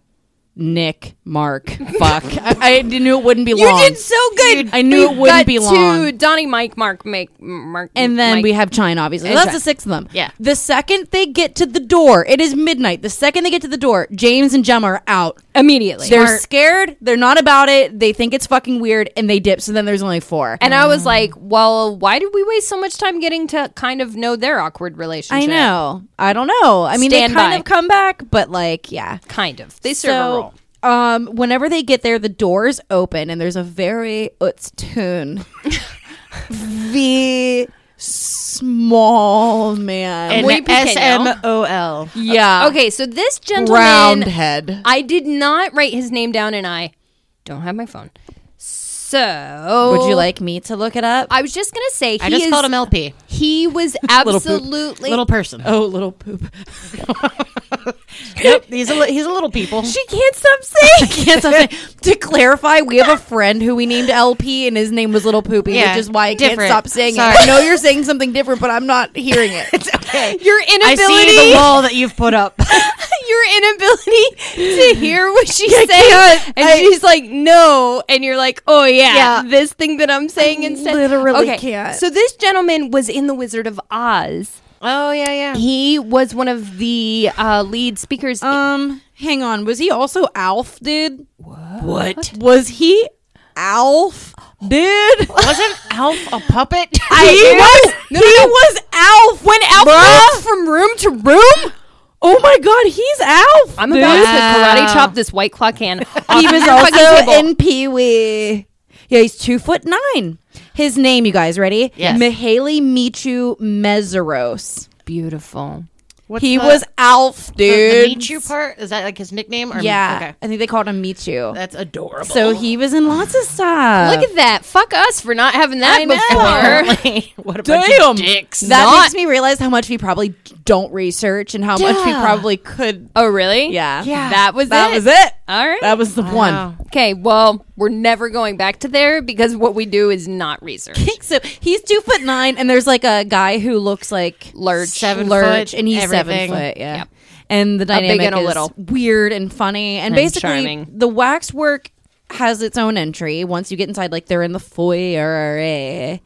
S2: Nick, Mark. Fuck. I, I knew it wouldn't be
S1: You
S2: long.
S1: did so good.
S2: I knew
S1: We
S2: it wouldn't
S1: got
S2: be
S1: to
S2: long.
S1: Donnie, Mike, Mark, Mike, Mark,
S2: And then
S1: Mike.
S2: we have China, obviously. So That's the six of them.
S3: Yeah.
S2: The second they get to the door, it is midnight. The second they get to the door, James and Gemma are out.
S1: immediately.
S2: They're scared. They're not about it. They think it's fucking weird, and they dip. So then there's only four.
S1: and I was like, well, why did we waste so much time getting to kind of know their awkward relationship?
S2: I know. I don't know. I mean,
S1: Stand
S2: they kind
S1: by.
S2: of come back, but like, yeah.
S1: Kind of. They serve a role.
S2: um, whenever they get there, the doors open, and there's a very it's tune, the small man,
S3: And
S1: muy pequeño.
S3: S M O L.
S2: yeah,
S1: Okay, so this gentleman.
S2: uh, round head.
S1: I did not write his name down and I don't have my phone. So.
S2: Would you like me to look it up?
S1: I was just going to say he
S3: I just
S1: is,
S3: called him LP.
S1: He was
S2: Little poop.
S1: absolutely.
S3: Little person.
S2: oh, little poop.
S3: Yep, he's a li- he's a little people.
S2: She can't stop saying. can't stop saying. To clarify, we have a friend who we named LP, and his name was Little Poopy,
S3: Yeah,
S2: which is why I can't
S3: different.
S2: stop saying
S3: Sorry.
S2: it. I know you're saying something different, but I'm not hearing it. it's okay.
S1: your
S3: I
S1: inability.
S3: see the wall that you've put up.
S1: your inability to hear what she's
S2: I
S1: saying.
S2: can't.
S1: And
S2: I-
S1: she's like, no. And you're like, oh, yeah,
S2: Yeah.
S1: this thing that I'm saying instead.
S2: literally can't.
S1: So this gentleman was in The Wizard of Oz.
S3: oh yeah, yeah.
S1: He was one of the uh, lead speakers.
S2: Um, hang on. Was he also Alf, dude?
S3: What
S2: Was he Alf, dude?
S3: wasn't Alf a puppet?
S2: he was. he was Alf when Alf
S1: Alf from room to room?
S2: Oh my god, he's Alf.
S1: I'm
S2: dude.
S1: about to karate chop this White Claw can.
S2: he was also in Pee Wee. Yeah, he's two foot nine. His name, you guys, ready?
S3: Yes.
S2: Mihaly Michu Meseros.
S1: beautiful.
S3: What's
S2: He
S3: the- Oh,
S2: was Alf,
S3: the, the
S2: dude.
S3: meet you part is that like his nickname? Or,
S2: Yeah,
S3: okay, Uh,
S2: I think they called him Michu.
S3: that's adorable.
S2: so he was in lots of stuff.
S1: Look at that. Fuck us for not having that
S2: I know.
S1: before.
S3: Apparently. what a
S2: Damn.
S3: bunch of dicks.
S2: That
S1: Not-
S2: makes me realize how much we probably don't research and how much we
S1: Yeah.
S2: probably could.
S1: Oh, really?
S2: Yeah.
S1: That was
S2: That
S1: it.
S2: was it.
S1: All right.
S2: That was the one.
S1: okay, well, we're never going back to there because what we do is not research.
S2: So he's two foot nine, and there's like a guy who looks like
S1: Large.
S3: Seven
S2: large,
S3: foot,
S2: and he's
S3: everything.
S2: seven foot. Yeah.
S1: Yep.
S2: And the
S1: big
S2: dynamic
S1: and a
S2: is
S1: little.
S2: weird and funny, and,
S1: And
S2: basically
S1: charming.
S2: the waxwork has its own entry. Once you get inside, like they're in the foyer. eh?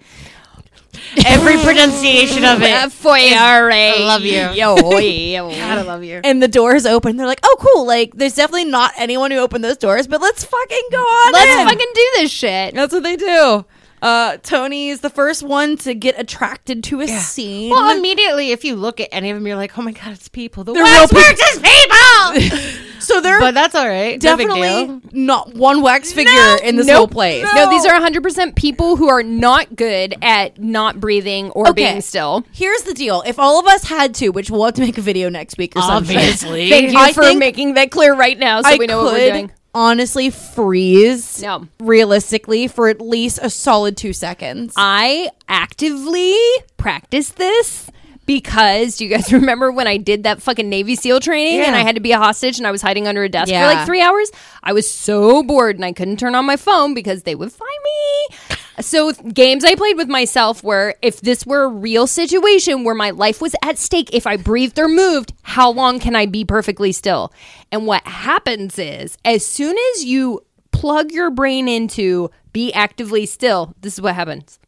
S3: Every pronunciation of it.
S1: I
S3: love you.
S1: Yo, yo.
S3: God, I love you.
S2: And the doors open. They're like, "Oh, cool! Like, there's definitely not anyone who opened those doors, but let's fucking go on. in.
S1: Let's fucking do this shit.
S2: That's what they do. Uh, Tony is the first one to get attracted to a scene.
S3: Well, immediately, if you look at any of them, you're like, oh my God, it's people. The
S2: They're
S3: wax
S2: real
S3: works is people!
S2: so they're
S3: but that's all right. No big deal.
S2: definitely not one wax figure in this
S1: Nope.
S2: whole place.
S1: No, these are 100% people who are not good at not breathing or being still.
S2: Here's the deal: if all of us had to, which we'll have to make a video next week or something,
S3: Obviously.
S1: Thank you
S2: I
S1: for
S2: think
S1: making that clear right now so
S2: I
S1: we know
S2: could
S1: what we're doing.
S2: honestly freeze
S1: No.
S2: realistically for at least a solid two seconds.
S1: I actively practice this because do you guys remember when I did that fucking Navy SEAL training and
S2: Yeah.
S1: I had to be a hostage and I was hiding under a desk
S2: Yeah.
S1: for like three hours? I was so bored and I couldn't turn on my phone because they would find me. So th- games I played with myself were if this were a real situation where my life was at stake, if I breathed or moved, how long can I be perfectly still? And what happens is as soon as you plug your brain into be actively still, this is what happens.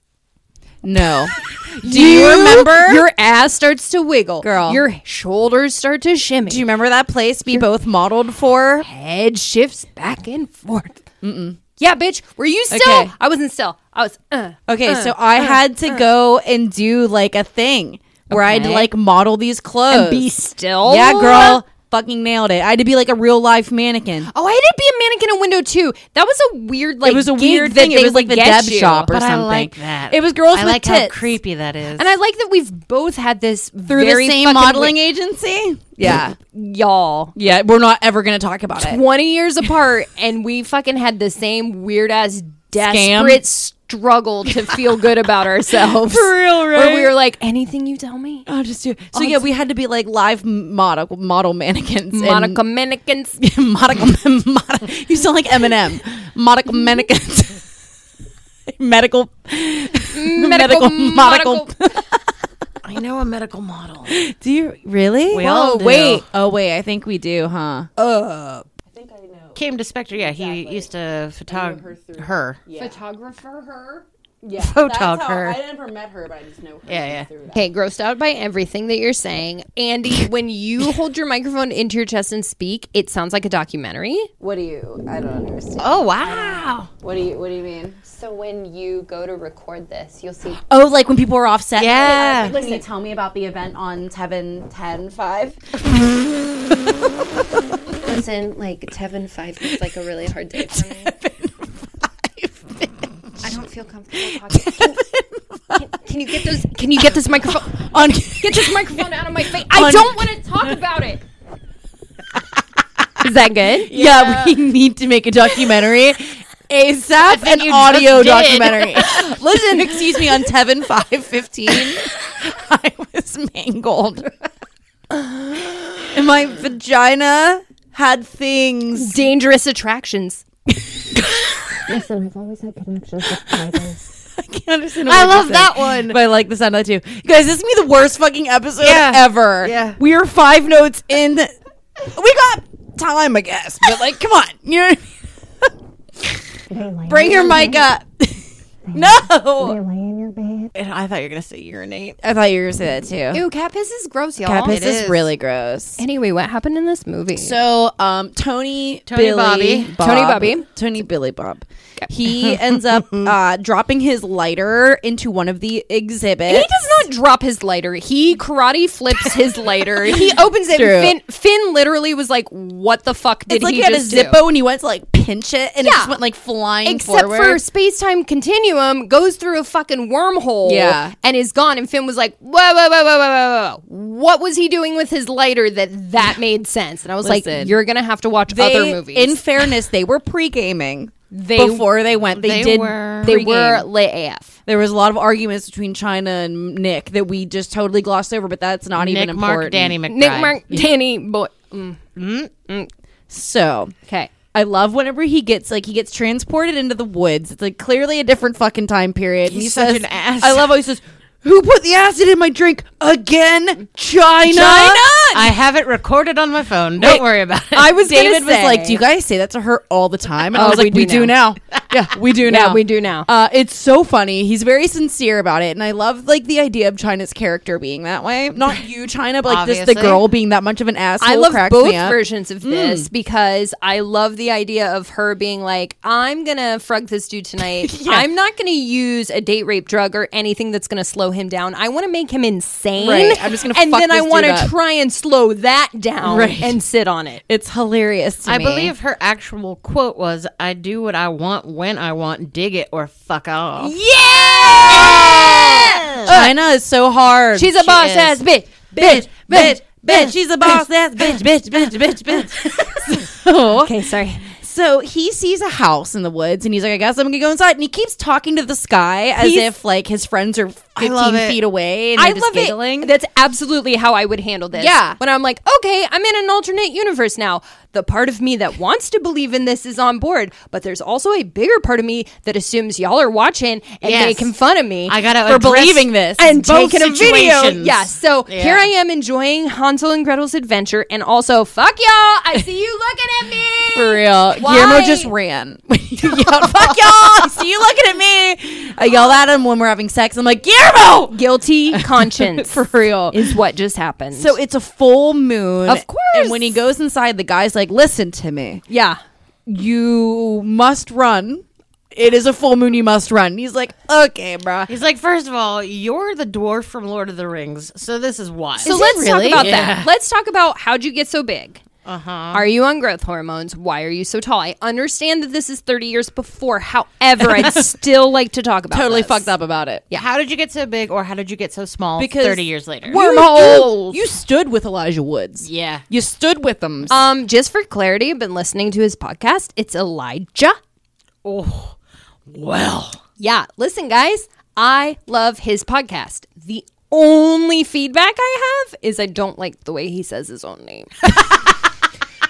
S2: no, do you remember?
S1: Your ass starts to wiggle.
S2: Girl.
S1: Your shoulders start to shimmy.
S2: do you remember that place we both modeled for?
S1: Head shifts back and forth. Mm-mm. Yeah, bitch. Were you still?
S2: Okay.
S1: I wasn't still. I was, uh.
S2: Okay, so I had to go and do like a thing where I had to
S1: Okay.
S2: like model these clothes.
S1: be still?
S2: Yeah, girl. fucking nailed it. I had to be like a real life mannequin.
S1: Oh, I had to be a mannequin in window two. That was a weird, like
S2: it was a
S1: gig
S2: weird
S1: that
S2: thing.
S1: they
S2: It was like
S1: would
S2: the
S1: get
S2: deb
S1: you.
S2: shop or
S3: But I
S2: something.
S3: like that.
S2: It was girls
S3: I
S2: with
S3: like how
S2: tits.
S3: creepy that is.
S1: And I like that we've both had this
S2: through
S1: very
S2: the same
S1: fucking
S2: modeling
S1: weird-
S2: agency. Yeah,
S1: y'all.
S2: yeah. We're not ever gonna talk about it.
S1: 20 years apart and we fucking had the same weird ass desperate struggle to feel good about ourselves.
S2: For real,
S1: Where we
S2: right?
S1: were like, anything you tell me?
S2: Oh, just do. So yeah, we had to be like live model model mannequins. and-
S1: Monica Mannequins.
S2: Modicum, modi- you sound like Eminem. Modicum mannequins. medical, medical, medical.
S3: I know a medical model.
S2: Do you really?
S3: We all
S2: oh
S3: do. Oh,
S2: wait, oh wait, I think we do, huh?
S3: Came to Spectre. Yeah, he used to photog her.
S1: Photographer her.
S3: Photog her.
S2: never met her, but I just know her.
S3: Yeah, yeah.
S1: Okay, grossed out by everything that you're saying. Andy, when you hold your microphone into your chest and speak, it sounds like a documentary.
S5: What do you? I don't understand.
S3: Oh wow.
S5: What do you? What do you mean?
S6: So when you go to record this, you'll see.
S2: Oh, like when people were offset.
S3: Yeah.
S5: Listen, Can you tell me about the event on Tevin Ten Five?
S6: Listen, like Tevin Five is like a really hard day for me. I don't feel comfortable talking.
S1: Can you get those? Can you get this microphone?
S2: On
S1: Get this microphone out of my face. I
S2: On-
S1: don't want to talk about it. Is that good?
S2: yeah, we need to make a documentary. ASAP, an
S3: you
S2: audio
S3: just did.
S2: documentary. Listen, excuse me, on Tevin 515, I was mangled. and my vagina had things.
S1: Dangerous attractions.
S2: I can't understand
S3: I
S2: what you
S3: love
S2: said,
S3: that one.
S2: But I like the sound of that too. Guys, this is gonna be the worst fucking episode
S3: Yeah.
S2: ever.
S3: Yeah.
S2: We are five notes in. We got time, I guess. But like, come on. You know what I mean? Bring your mic up. no.
S7: lay in your bed.
S2: And I thought you were gonna say urinate. I thought you were gonna say that too.
S1: Ew, cat piss is gross, y'all.
S2: Cat piss is,
S3: is.
S2: really gross.
S1: Anyway, what happened in this movie?
S2: So, um, Tony,
S3: Tony
S2: Billy,
S3: Bobby.
S2: Bob-
S1: Tony Bobby.
S2: Tony Billy Bob. He ends up uh, dropping his lighter into one of the exhibits.
S1: he does not drop his lighter. He karate flips his lighter. He opens it.
S2: True.
S1: And Finn, Finn literally was like, "What the fuck did
S2: it's like
S1: he
S2: he had a
S1: just
S2: Zippo
S1: do?"
S2: and he went to like pinch it and it
S1: Yeah.
S2: just went like flying
S1: Except
S2: forward.
S1: for space time continuum goes through a fucking wormhole,
S2: Yeah.
S1: and is gone. And Finn was like, "Whoa, whoa, whoa, whoa, whoa, whoa! whoa. What was he doing with his lighter that that made sense?" And I was like,
S2: Listen.
S1: "You're gonna have to watch
S2: They-
S1: other movies."
S2: In fairness, they were pre gaming
S1: They-
S2: before they went. They,
S3: they
S2: did.
S3: were-
S1: they
S2: pre-game.
S1: were lit AF.
S2: There was a lot of arguments between China and Nick that we just totally glossed over, but that's not
S3: Nick
S2: even
S3: Mark
S2: important.
S3: Danny McBride.
S1: Nick, Mark, Danny, boy.
S2: So
S1: Okay.
S2: I love whenever he gets like he gets transported into the woods. It's like clearly a different fucking time period. He's he
S3: such
S2: says,
S3: an ass.
S2: I love how he says, "Who put the acid in my drink again, China?"
S3: I have it recorded on my phone. Don't
S2: Wait,
S3: worry about it.
S2: I was. David
S1: gonna
S2: was like,
S1: say-
S2: "Do you guys say that to her all the time?" And I
S1: Oh,
S2: was like,
S1: we
S2: "We
S1: do
S2: do now. yeah, we do now.
S1: we do now.
S2: Uh, it's so funny. He's very sincere about it, and I love like the idea of China's character being that way. Not you, China, but like just the
S3: Obviously.
S2: girl being that much of an asshole.
S1: I love
S2: cracks
S1: both
S2: me up. Mm.
S1: versions of this because I love the idea of her being like, I'm going to frug this dude tonight. I'm not going to use a date rape drug or anything that's going to slow him down. I want to make him insane.
S2: Right. I'm just gonna
S1: And
S2: fuck
S1: then I
S2: this dude
S1: wanna
S2: up.
S1: try and slow that down
S2: Right.
S1: and sit on it.
S2: It's hilarious. To
S3: I
S2: me.
S3: believe her actual quote was, "I do what I want when I want, dig it or fuck off."
S1: Yeah!
S2: China is so hard.
S1: She's a
S3: She
S1: boss
S3: is.
S1: ass bitch.
S2: bitch, bitch, bitch. She's a boss ass bitch, bitch, bitch, bitch, bitch. so,
S1: Okay, sorry.
S2: so he sees a house in the woods and he's like, I guess I'm gonna go inside. And he keeps talking to the sky as
S1: He's-
S2: if like his friends are
S3: love
S2: 15
S3: it.
S2: feet away and
S1: I
S2: they're just
S1: love
S2: giggling.
S1: it. That's absolutely how I would handle this.
S2: Yeah.
S1: When I'm like, okay, I'm in an alternate universe now. The part of me that wants to believe in this is on board, but there's also a bigger part of me that assumes y'all are watching and
S3: Yes.
S1: making fun of me.
S3: I gotta
S2: For
S3: address
S2: believing this.
S1: and
S3: both
S1: taking a video.
S3: situations.
S1: Yeah. So here I am enjoying Hansel and Gretel's adventure, and also fuck y'all. I see you looking at me.
S2: For real.
S1: Why?
S2: Guillermo just ran. you yelled, fuck y'all. I see you looking at me. I yelled at him when we're having sex. I'm like, Guillermo!
S1: Guilty conscience
S2: For real.
S1: is what just happened.
S2: So it's a full moon.
S1: Of course.
S2: And when he goes inside, the guy's like, listen to me.
S1: yeah.
S2: You must run. It is a full moon. You must run. And he's like, okay, bruh.
S3: He's like, first of all, you're the dwarf from Lord of the Rings, so this is why.
S1: So let's talk about
S3: Yeah. Uh-huh.
S1: that. Let's talk about how'd you get so big. Are you on growth hormones? Why are you so tall? I understand that this is 30 years before. However, I'd still like to talk about
S2: Totally
S1: this.
S2: fucked up about it. Yeah.
S3: How did you get so big, or how did you get so small?
S2: Because-
S3: thirty years later.
S2: Wormholes. You, stood with Elijah Woods.
S3: Yeah.
S2: You stood with them.
S1: Um, just for clarity, I've been listening to his podcast. It's Elijah.
S3: Oh, Well,
S1: Yeah, listen, guys, I love his podcast. The only feedback I have is I don't like the way he says his own name.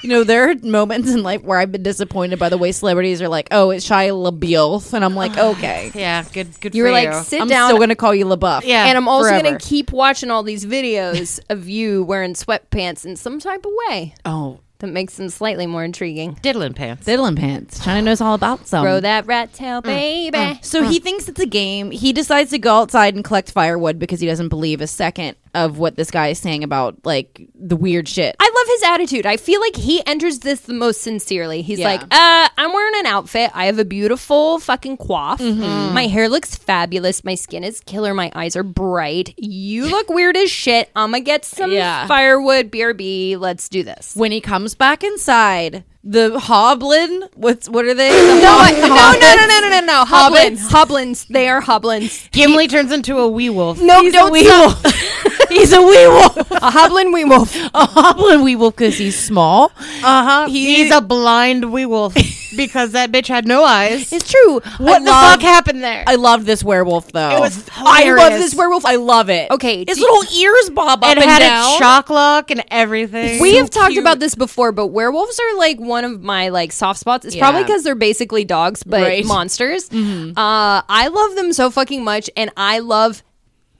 S2: you know, there are moments in life where I've been disappointed by the way celebrities are like, oh, it's Shia LaBeouf. And I'm like, okay.
S3: yeah. Good. Good.
S1: You were
S3: for
S1: like,
S3: you.
S1: sit
S2: I'm
S1: down.
S2: still going to call you LaBeouf.
S3: Yeah.
S1: and I'm also going
S2: forever.
S1: to keep watching all these videos of you wearing sweatpants in some type of way
S2: Oh, Mm.
S1: that makes them slightly more intriguing.
S3: diddling pants.
S2: diddling pants. China knows all about some.
S1: Grow that rat
S2: Mm.
S1: tail, baby.
S2: So he thinks it's a game. He decides to go outside and collect firewood because he doesn't believe a second of what this guy is saying about like the weird shit.
S1: I love his attitude. I feel like he enters this the most sincerely. He's
S2: Yeah.
S1: like, uh, I'm wearing an outfit. I have a beautiful fucking coif.
S2: Mm-hmm.
S1: Mm. My hair looks fabulous. My skin is killer. My eyes are bright. You look weird as shit. I'm going to get some
S2: Yeah.
S1: firewood, BRB. Let's do this.
S2: when he comes back inside, the hoblin, what's what are they? The
S1: No,
S2: hob-
S1: I- no, no, no, no, no, no, no.
S2: Hobbits.
S1: Hoblins. Hoblins. They are hoblins.
S3: Gimli turns into a wee wolf.
S2: No, he's a
S1: don't
S2: wee wolf. he's a wee wolf.
S1: A hoblin wee wolf.
S2: A hoblin wee wolf because he's small.
S3: Uh huh.
S2: Uh-huh. He-
S3: He's a blind wee wolf because that bitch had no eyes.
S2: It's true.
S3: what
S2: I
S3: the
S2: love-
S3: fuck happened there?
S2: I love this werewolf though. It
S3: was
S2: I love
S3: hilarious.
S2: this werewolf. I love it.
S1: Okay,
S2: his
S1: do-
S2: little ears bob up
S3: it
S2: and
S3: had
S2: down.
S3: a shock lock and everything.
S1: We have talked about this before, but werewolves are like one of my like soft spots. It's probably
S2: Yeah.
S1: because they're basically dogs, but
S2: Right. Mm-hmm.
S1: monsters. Uh, I love them so fucking much, and I love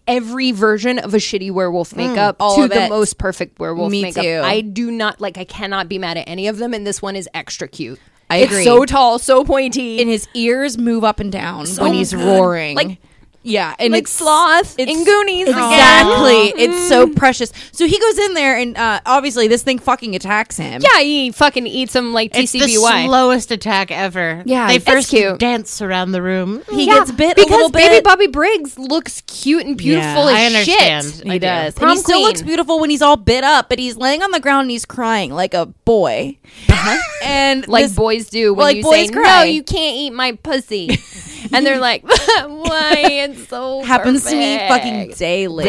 S1: every version of a shitty werewolf makeup
S2: Mm, all
S1: to
S2: of
S1: the
S2: it.
S1: most perfect werewolf
S2: Me
S1: makeup.
S2: too.
S1: I do not like. I cannot be mad at any of them, and this one is extra cute.
S2: I
S1: it's
S2: agree.
S1: so tall, so pointy,
S2: and his ears move up and down when he's roaring.
S1: Like-
S2: yeah, and
S1: like
S2: it's
S1: sloth in Goonies again. Mm-hmm.
S2: Exactly, it's so precious. So he goes in there, and uh, obviously this thing fucking attacks him.
S1: yeah, he fucking eats them like
S3: It's the
S1: TCBY.
S3: slowest attack ever.
S2: Yeah,
S3: they
S2: it's
S3: first
S1: cute.
S3: dance around the room.
S2: he
S1: Oh, Yeah,
S2: gets bit
S1: because
S2: a little bit.
S1: baby Bobby Briggs looks cute and beautiful
S3: Yeah,
S1: as
S3: I understand.
S1: shit.
S3: I
S2: he
S3: do.
S2: does. And
S1: Prom
S2: he still looks
S1: queen.
S2: beautiful when he's all bit up, but he's laying on the ground and he's crying like a boy. and
S1: Uh-huh. Like
S2: this-
S1: boys do when
S2: like
S1: you
S2: boys
S1: say,
S2: cry.
S1: "No, you can't eat my pussy," and they're like, "Why?" It's so
S2: happens to me
S1: perfect."
S2: fucking daily.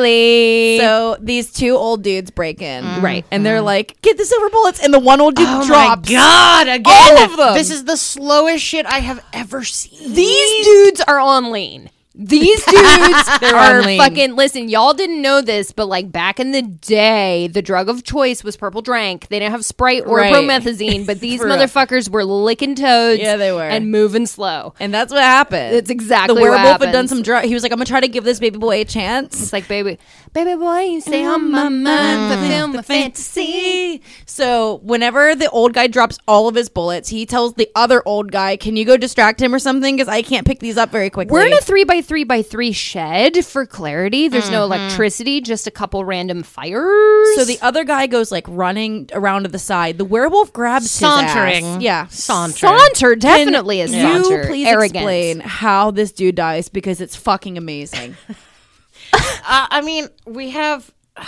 S1: daily. Mm-hmm.
S2: So these two old dudes break in,
S1: Right.
S2: And they're like, "Get the silver bullets!" And the one old dude
S3: Oh
S2: drops.
S3: my god! Again,
S2: All of them.
S3: This is the slowest shit I have ever seen.
S1: these dudes are on lean. These dudes
S2: on
S1: are
S2: lean.
S1: fucking listen, y'all didn't know this, but like back in the day, the drug of choice was purple drank. They didn't have Sprite or
S2: Right.
S1: promethazine, but these motherfuckers were licking toads
S2: Yeah, they were.
S1: and moving slow.
S2: And that's what happened.
S1: That's exactly
S2: the
S1: what
S2: werewolf had done
S1: happens.
S2: some drug. He was like, "I'm gonna try to give this baby boy a chance."
S1: It's like, baby, baby boy, you stay on my mind, fulfill my fantasy.
S2: So whenever the old guy drops all of his bullets, he tells the other old guy, "Can you go distract him or something? Because I can't pick these up very quickly."
S1: We're in a three by three by three shed for clarity. There's no electricity, just a couple random fires.
S2: so the other guy goes like running around to the side. The werewolf grabs his ass.
S3: Sauntering.
S2: Yeah,
S3: Sauntering.
S1: saunter definitely is
S2: you
S1: saunter.
S2: please
S1: Arrogance.
S2: explain how this dude dies because it's fucking amazing.
S3: Uh, I mean, we have uh,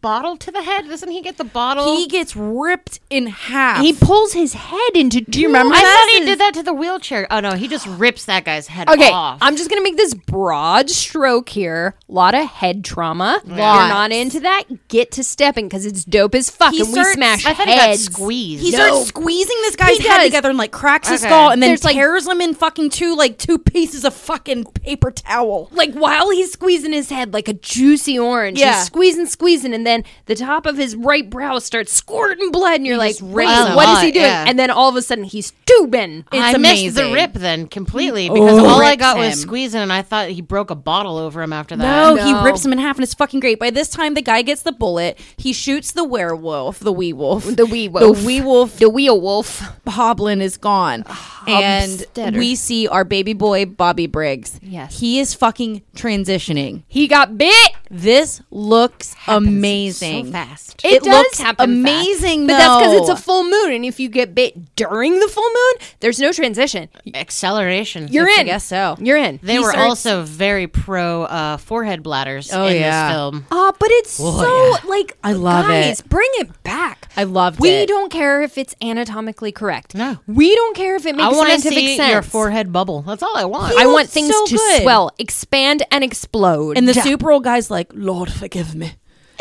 S3: bottle to the head. Doesn't he get the bottle?
S2: he gets ripped in half.
S1: He pulls his head into two. Do you
S2: remember
S3: I
S2: that?
S3: thought he did that to the wheelchair. Oh no, he just rips that guy's head
S1: Okay,
S3: off.
S1: I'm just gonna make this broad stroke here. A lot of head trauma. If You're not into that. Get to stepping because it's dope as fuck,
S2: He
S1: and
S2: starts-
S1: we smash
S3: I thought he got
S1: heads.
S3: squeezed.
S2: He starts squeezing this guy's
S1: He
S2: head
S1: does.
S2: together and like cracks his
S3: Okay.
S2: skull and then
S1: There's, like-
S2: tears him in fucking two like two pieces of fucking paper towel.
S1: like while he's squeezing his head like a juicy orange,
S2: Yeah.
S1: he's squeezing, squeezing, and then the top of his right brow starts squirting blood, and you're like,
S2: just
S1: "Wait,
S2: rips
S3: him
S1: what is
S3: off."
S1: he doing?"
S3: Yeah.
S1: And then all of a sudden, he's tubing.
S3: I
S2: It's
S3: missed the
S2: amazing.
S3: rip then completely because all I
S2: Rips
S3: got was
S2: him.
S3: squeezing, and I thought he broke a bottle over him after that.
S2: No,
S1: No.
S2: Oh, he rips him in half and it's fucking great. By this time, the guy gets the bullet. He shoots the werewolf, the wee wolf.
S1: The wee wolf.
S2: The wee wolf
S1: the wheel wolf.
S2: Hoblin is gone. And
S1: Hobstetter.
S2: we see our baby boy, Bobby Briggs.
S1: Yes.
S2: He is fucking transitioning.
S1: He got bit.
S2: This looks amazing.
S3: so fast.
S2: It,
S1: does
S2: looks
S1: happen fast.
S2: amazing,
S1: but that's because
S2: though.
S1: it's a full moon, and if you get bit during the full moon, there's no transition.
S3: Acceleration.
S1: You're in.
S2: I guess so.
S1: You're in.
S3: They
S1: He
S3: were
S1: starts-
S3: also very pro uh, forehead bladders
S2: Oh,
S3: in
S2: yeah.
S3: this film.
S1: Ah, but it's so like
S2: I love
S1: guys,
S2: it.
S1: Bring it back.
S2: I loved
S1: we
S2: it.
S1: don't care if it's anatomically correct.
S3: No.
S1: we don't care if it
S3: I
S1: makes
S3: want to
S1: scientific
S3: see
S1: sense.
S3: your forehead bubble. That's all I want.
S1: I
S2: looks
S1: want things
S2: so
S1: to
S2: good.
S1: swell, expand, and explode.
S2: And the Super Bowl guy's like, Lord, forgive me.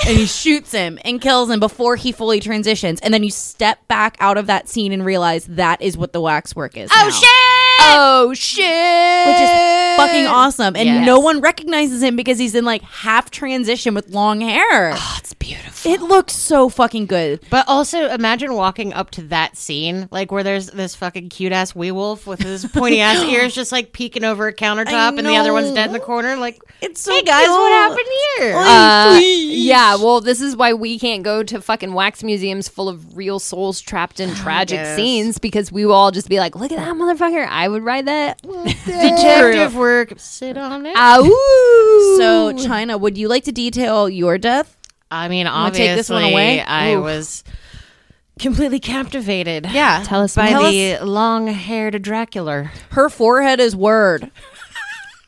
S2: And he shoots him and kills him before he fully transitions. And then you step back out of that scene and realize that is what the waxwork is. now.
S1: oh shit,
S2: Oh, Which is fucking awesome. And
S3: Yes.
S2: no one recognizes him because he's in like half transition with long hair.
S1: It's beautiful.
S2: It looks so fucking good.
S3: But also imagine walking up to that scene, like where there's this fucking cute ass wee wolf with his pointy ass ears just like peeking over a countertop and the other one's dead in the corner. Like,
S2: It's so
S3: hey guys, what
S2: cool.
S3: happened here?
S1: Uh, yeah, well, this is why we can't go to fucking wax museums full of real souls trapped in tragic
S3: Yes.
S1: scenes because we will all just be like, "Look at that motherfucker! I would ride that."
S3: Detective work. Sit on it.
S1: Ow!
S2: So, China, would you like to detail your death?
S3: I mean,
S2: wanna
S3: obviously,
S2: take this one away?
S3: I
S2: Oof.
S3: was completely captivated.
S2: Yeah.
S1: Tell us
S3: by
S1: more.
S3: the long-haired Dracula.
S2: Her forehead is word.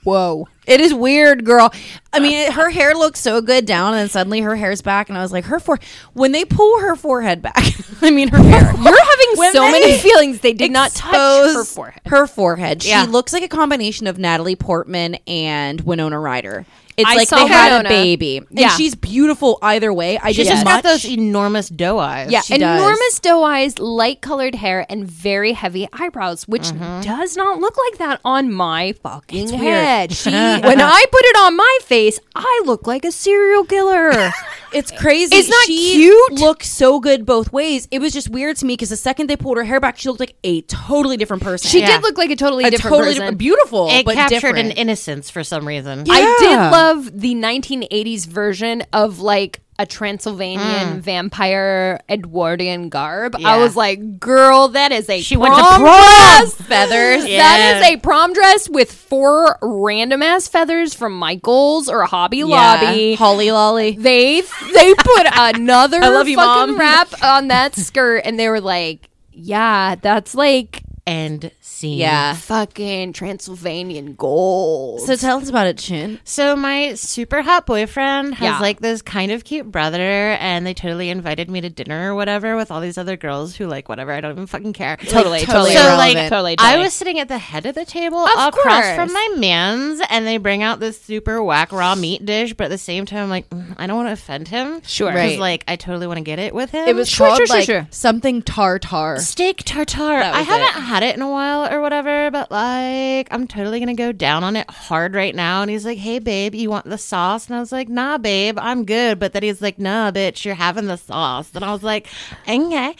S2: Whoa. It is weird, girl. I mean, it, her hair looks so good down, and then suddenly her hair's back, and I was like, her fore. When they pull her forehead back, I mean, her hair.
S1: You're having
S2: When
S1: so many
S2: they
S1: feelings. They did not touch her
S2: expose
S1: forehead.
S2: her forehead. She
S3: Yeah.
S2: looks like a combination of Natalie Portman and Winona Ryder. It's
S1: I
S2: like
S1: saw
S2: they had a
S1: Winona.
S2: baby. And
S1: Yeah.
S2: she's beautiful either way. I
S3: She's
S2: just
S3: just got
S2: much-
S3: those enormous doe eyes.
S1: Yeah,
S2: she does.
S1: enormous doe eyes, light colored hair, and very heavy eyebrows, which does not look like that on my fucking head. She, when I put it on my face, I look like a serial killer.
S2: It's crazy.
S1: It's not
S2: she
S1: cute.
S2: Looks so good both ways. It was just weird to me because the second they pulled her hair back, she looked like a totally different person.
S1: she
S3: Yeah.
S1: did look like a totally
S2: a
S1: different
S2: totally
S1: person.
S2: different, beautiful,
S3: it
S2: but
S3: captured
S2: different.
S3: an innocence for some reason.
S1: I did
S2: Yeah.
S1: love the 1980s version of like a Transylvanian vampire Edwardian garb. I
S3: Yeah.
S1: was like, girl, that is a
S3: She
S1: prom
S3: went to prom.
S1: dress. feathers. That is a prom dress with four random ass feathers from Michaels or Hobby Lobby.
S2: Holly Lolly.
S1: They they put another
S2: I love you,
S1: fucking
S2: Mom.
S1: wrap on that skirt, and they were like, yeah, that's like
S3: End scene.
S2: Yeah.
S1: fucking Transylvanian gold.
S2: So tell us about it, Chin.
S3: So my super hot boyfriend has
S1: Yeah.
S3: like this kind of cute brother, and they totally invited me to dinner or whatever with all these other girls who like whatever. I don't even fucking care.
S1: totally, totally,
S3: so
S1: irrelevant.
S3: like
S1: totally,
S3: I
S1: totally.
S3: was sitting at the head of the table
S1: Of
S3: across from
S1: course.
S3: my man's, and they bring out this super whack raw meat dish. But at the same time, I'm like "Mm, I don't want to offend him. Sure, because
S2: Right.
S3: like I totally want to get it with him.
S2: It was
S1: Sure,
S2: called
S1: sure, sure,
S2: like
S1: sure.
S2: something tartar.
S3: steak tartare. I
S2: was
S3: haven't had it in a while or whatever, but like I'm totally gonna go down on it hard right now. And he's like, "Hey, babe, you want the sauce?" And I was like, "Nah, babe, I'm good." But then he's like, "Nah, bitch, you're having the sauce." And I was like, "Okay."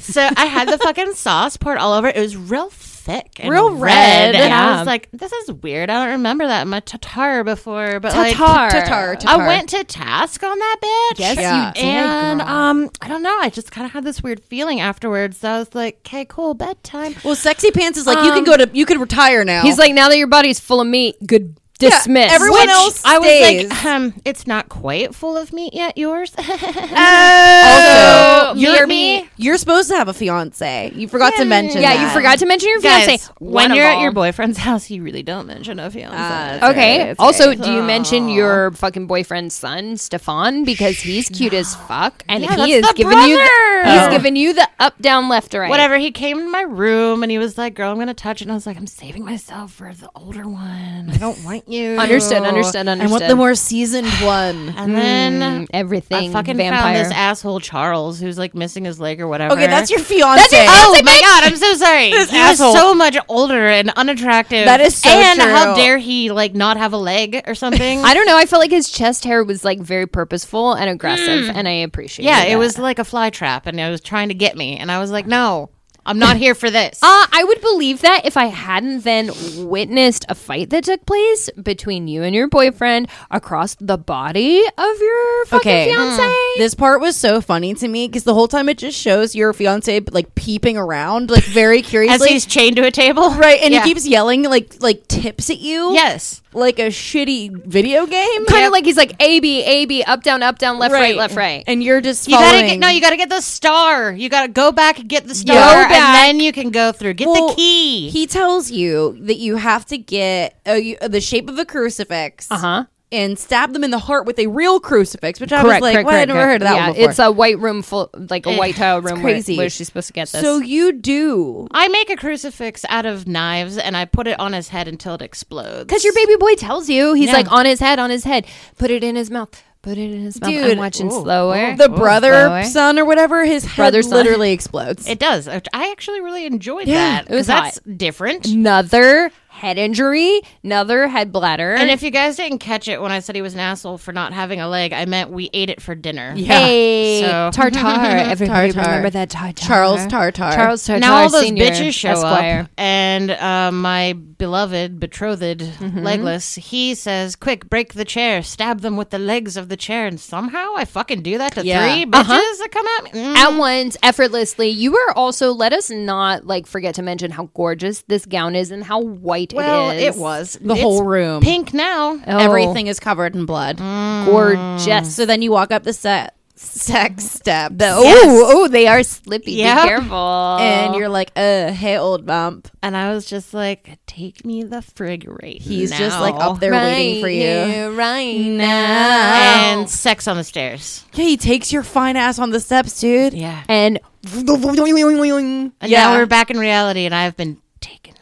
S3: So I had the fucking sauce poured all over. It was real thick, and
S1: Real red,
S3: and I
S1: yeah.
S3: was like, "This is weird. I don't remember that in my tartare before." But like,
S1: Tatar.
S2: Tartar,
S3: I
S2: tartar.
S3: went to task on that bitch.
S1: Yes,
S2: Yeah.
S1: you did.
S3: And um, I don't know. I just kind of had this weird feeling afterwards. So I was like, "Okay, cool, bedtime."
S2: Well, sexy pants is like you can go to you can retire now.
S1: He's like, now that your body's full of meat, good
S2: Yeah,
S1: dismiss.
S2: everyone else
S3: I was
S2: stays.
S3: like, um, "It's not quite full of meat yet, yours."
S2: Oh. also,
S3: you're
S2: you're
S3: me.
S2: You're supposed to have a fiance. You forgot to mention.
S1: yeah,
S2: that.
S1: you forgot to mention your fiance.
S3: Guys, when
S1: One
S3: you're
S1: of
S3: at your
S1: all. Uh,
S3: boyfriend's house, you really don't mention a fiance.
S1: Okay. also, do you mention your fucking boyfriend's son, Stefan, because he's cute as fuck, and
S3: Yeah,
S1: he
S3: that's
S1: is
S3: the
S1: giving you the,
S3: brother.
S1: he's
S3: Oh.
S1: giving you the up, down, left, right.
S3: Whatever. He came to my room and he was like, "Girl, I'm gonna touch it." And I was like, "I'm saving myself for the older one. I don't want you."
S1: Understood. Understood.
S2: I
S1: Understood.
S2: want the more seasoned one.
S3: And then.
S1: Mm, everything.
S3: I fucking
S1: vampire.
S3: found this asshole Charles who's like missing his leg or whatever.
S2: Okay, that's your fiance.
S3: Oh my god, I'm so sorry. This he was
S2: asshole.
S3: so much older and unattractive.
S2: That is so
S3: And
S2: true.
S3: how dare he like not have a leg or something?
S1: I don't know. I felt like his chest hair was like very purposeful and aggressive,
S2: Mm.
S1: and I appreciate.
S3: yeah, it was like a fly trap, and it was trying to get me, and I was like, no, I'm not here for this.
S1: Uh, I would believe that if I hadn't then witnessed a fight that took place between you and your boyfriend across the body of your fucking
S2: Okay. Mm.
S1: fiance.
S2: This part was so funny to me because the whole time it just shows your fiance like peeping around, like very
S3: As
S2: curiously,
S3: he's chained to a table,
S2: right? And
S3: Yeah.
S2: he keeps yelling like like tips at you.
S3: yes.
S1: like a shitty video game. Kind of like he's like A B A B up down up down left right, left right.
S8: and you're just
S3: You
S8: following.
S3: gotta get no. You gotta get the star. You gotta go back and get the star,
S1: back.
S3: and then you can go through. Get
S1: Well,
S3: the key.
S2: He tells you that you have to get uh, you- uh, the shape of a crucifix.
S8: Uh-huh.
S2: And stab them in the heart with a real crucifix, which I
S8: Correct,
S2: was like,
S8: correct,
S2: "What? I
S8: correct,
S2: never
S8: correct.
S2: heard of that
S1: yeah,
S2: one before." Eh,
S1: it's a white room full, like a white tile room. where-
S2: crazy.
S1: Where, she's supposed to get this.
S2: so you do
S3: I make a crucifix out of knives and I put it on his head until it explodes.
S1: because your baby boy tells you, he's
S3: Yeah.
S1: like on his head, on his head. Put it in his mouth. Put it in his mouth. I'm
S2: Dude,
S1: watching slower.
S2: the brother,
S1: slower.
S2: son, or whatever. His head
S1: Brother, son.
S2: literally explodes.
S3: It does. I I actually really enjoyed that.
S1: it was Mm-hmm.
S3: 'cause that's different.
S1: another head injury, another head bladder.
S3: And if you guys didn't catch it when I said he was an asshole for not having a leg, I meant we ate it for dinner. Yeah.
S1: hey,
S3: So- mm-hmm.
S1: tartar, everybody
S2: Tartar.
S1: remember that tartar.
S2: Charles Tartar.
S1: Uh-huh. Charles Tartar.
S3: now all those
S1: Senior,
S3: bitches show
S1: Esquire.
S3: up, and uh, my beloved betrothed
S1: Mm-hmm.
S3: legless, he says, "Quick, break the chair, stab them with the legs of the chair." And somehow I fucking do that to three bitches
S1: Uh-huh.
S3: that come at me. Mm.
S1: at once effortlessly you are also let us not like forget to mention how gorgeous this gown is and how white
S3: Well,
S1: it
S3: it,
S1: is
S3: was
S2: the
S3: It's
S2: whole room.
S3: pink now.
S1: Oh,
S2: Everything is covered in blood.
S1: gorgeous
S2: So then you walk up the set sex steps,
S1: oh oh they are slippy
S3: Yeah.
S1: be careful
S2: and you're like, "Uh, hey, old bump."
S3: And I was just like, take me the frig right
S2: He's just like
S3: now."
S2: up there waiting for you. Yeah,
S1: here, right now
S3: and sex on the stairs.
S2: he takes your fine ass on the steps, dude.
S3: Yeah.
S1: and
S3: And
S2: Yeah.
S3: now we're back in reality, and I've been taken.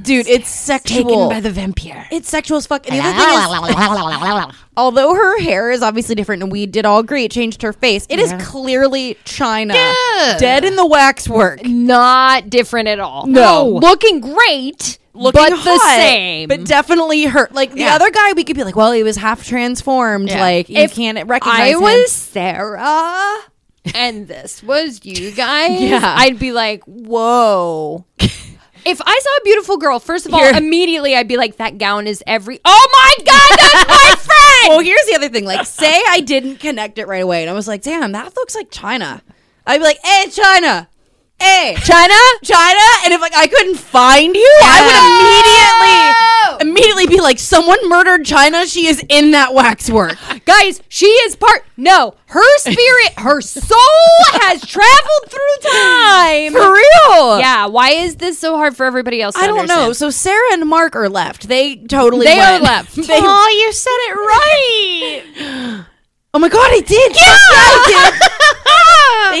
S2: Dude, it's sexual.
S3: the vampire.
S2: it's sexual as fuck. And the other thing is, although her hair is obviously different, and we did all agree it changed her face. It is clearly China,
S3: Yeah.
S2: dead in the waxwork.
S1: not different at all
S2: No.
S1: looking great
S2: looking
S1: but the
S2: hot,
S1: same
S2: but definitely hurt. Like the other guy, we could be like, well, he was half transformed. Like you
S1: If
S2: can't recognize
S1: I
S2: him.
S1: was Sarah and this was you guys,
S2: Yeah.
S1: I'd be like, whoa. If I saw a beautiful girl, first of all, immediately I'd be like, that gown is every. Oh my God, that's my friend!
S2: Well, here's the other thing. Like, say I didn't connect it right away, and I was like, damn, that looks like China. I'd be like, hey, China, hey,
S1: China?
S2: China. And if like I couldn't find you, I would immediately immediately be like, someone murdered China. She is in that waxwork.
S1: Guys, she is part. No, her spirit, her soul has traveled through time.
S2: For real.
S1: Yeah, why is this so hard for everybody else? To
S2: I don't know.
S1: understand?
S2: So Sarah and Mark are left. They totally
S1: They are
S2: went.
S1: left.
S2: They-
S3: oh, you said it right.
S2: Oh my god, I did. Yeah, I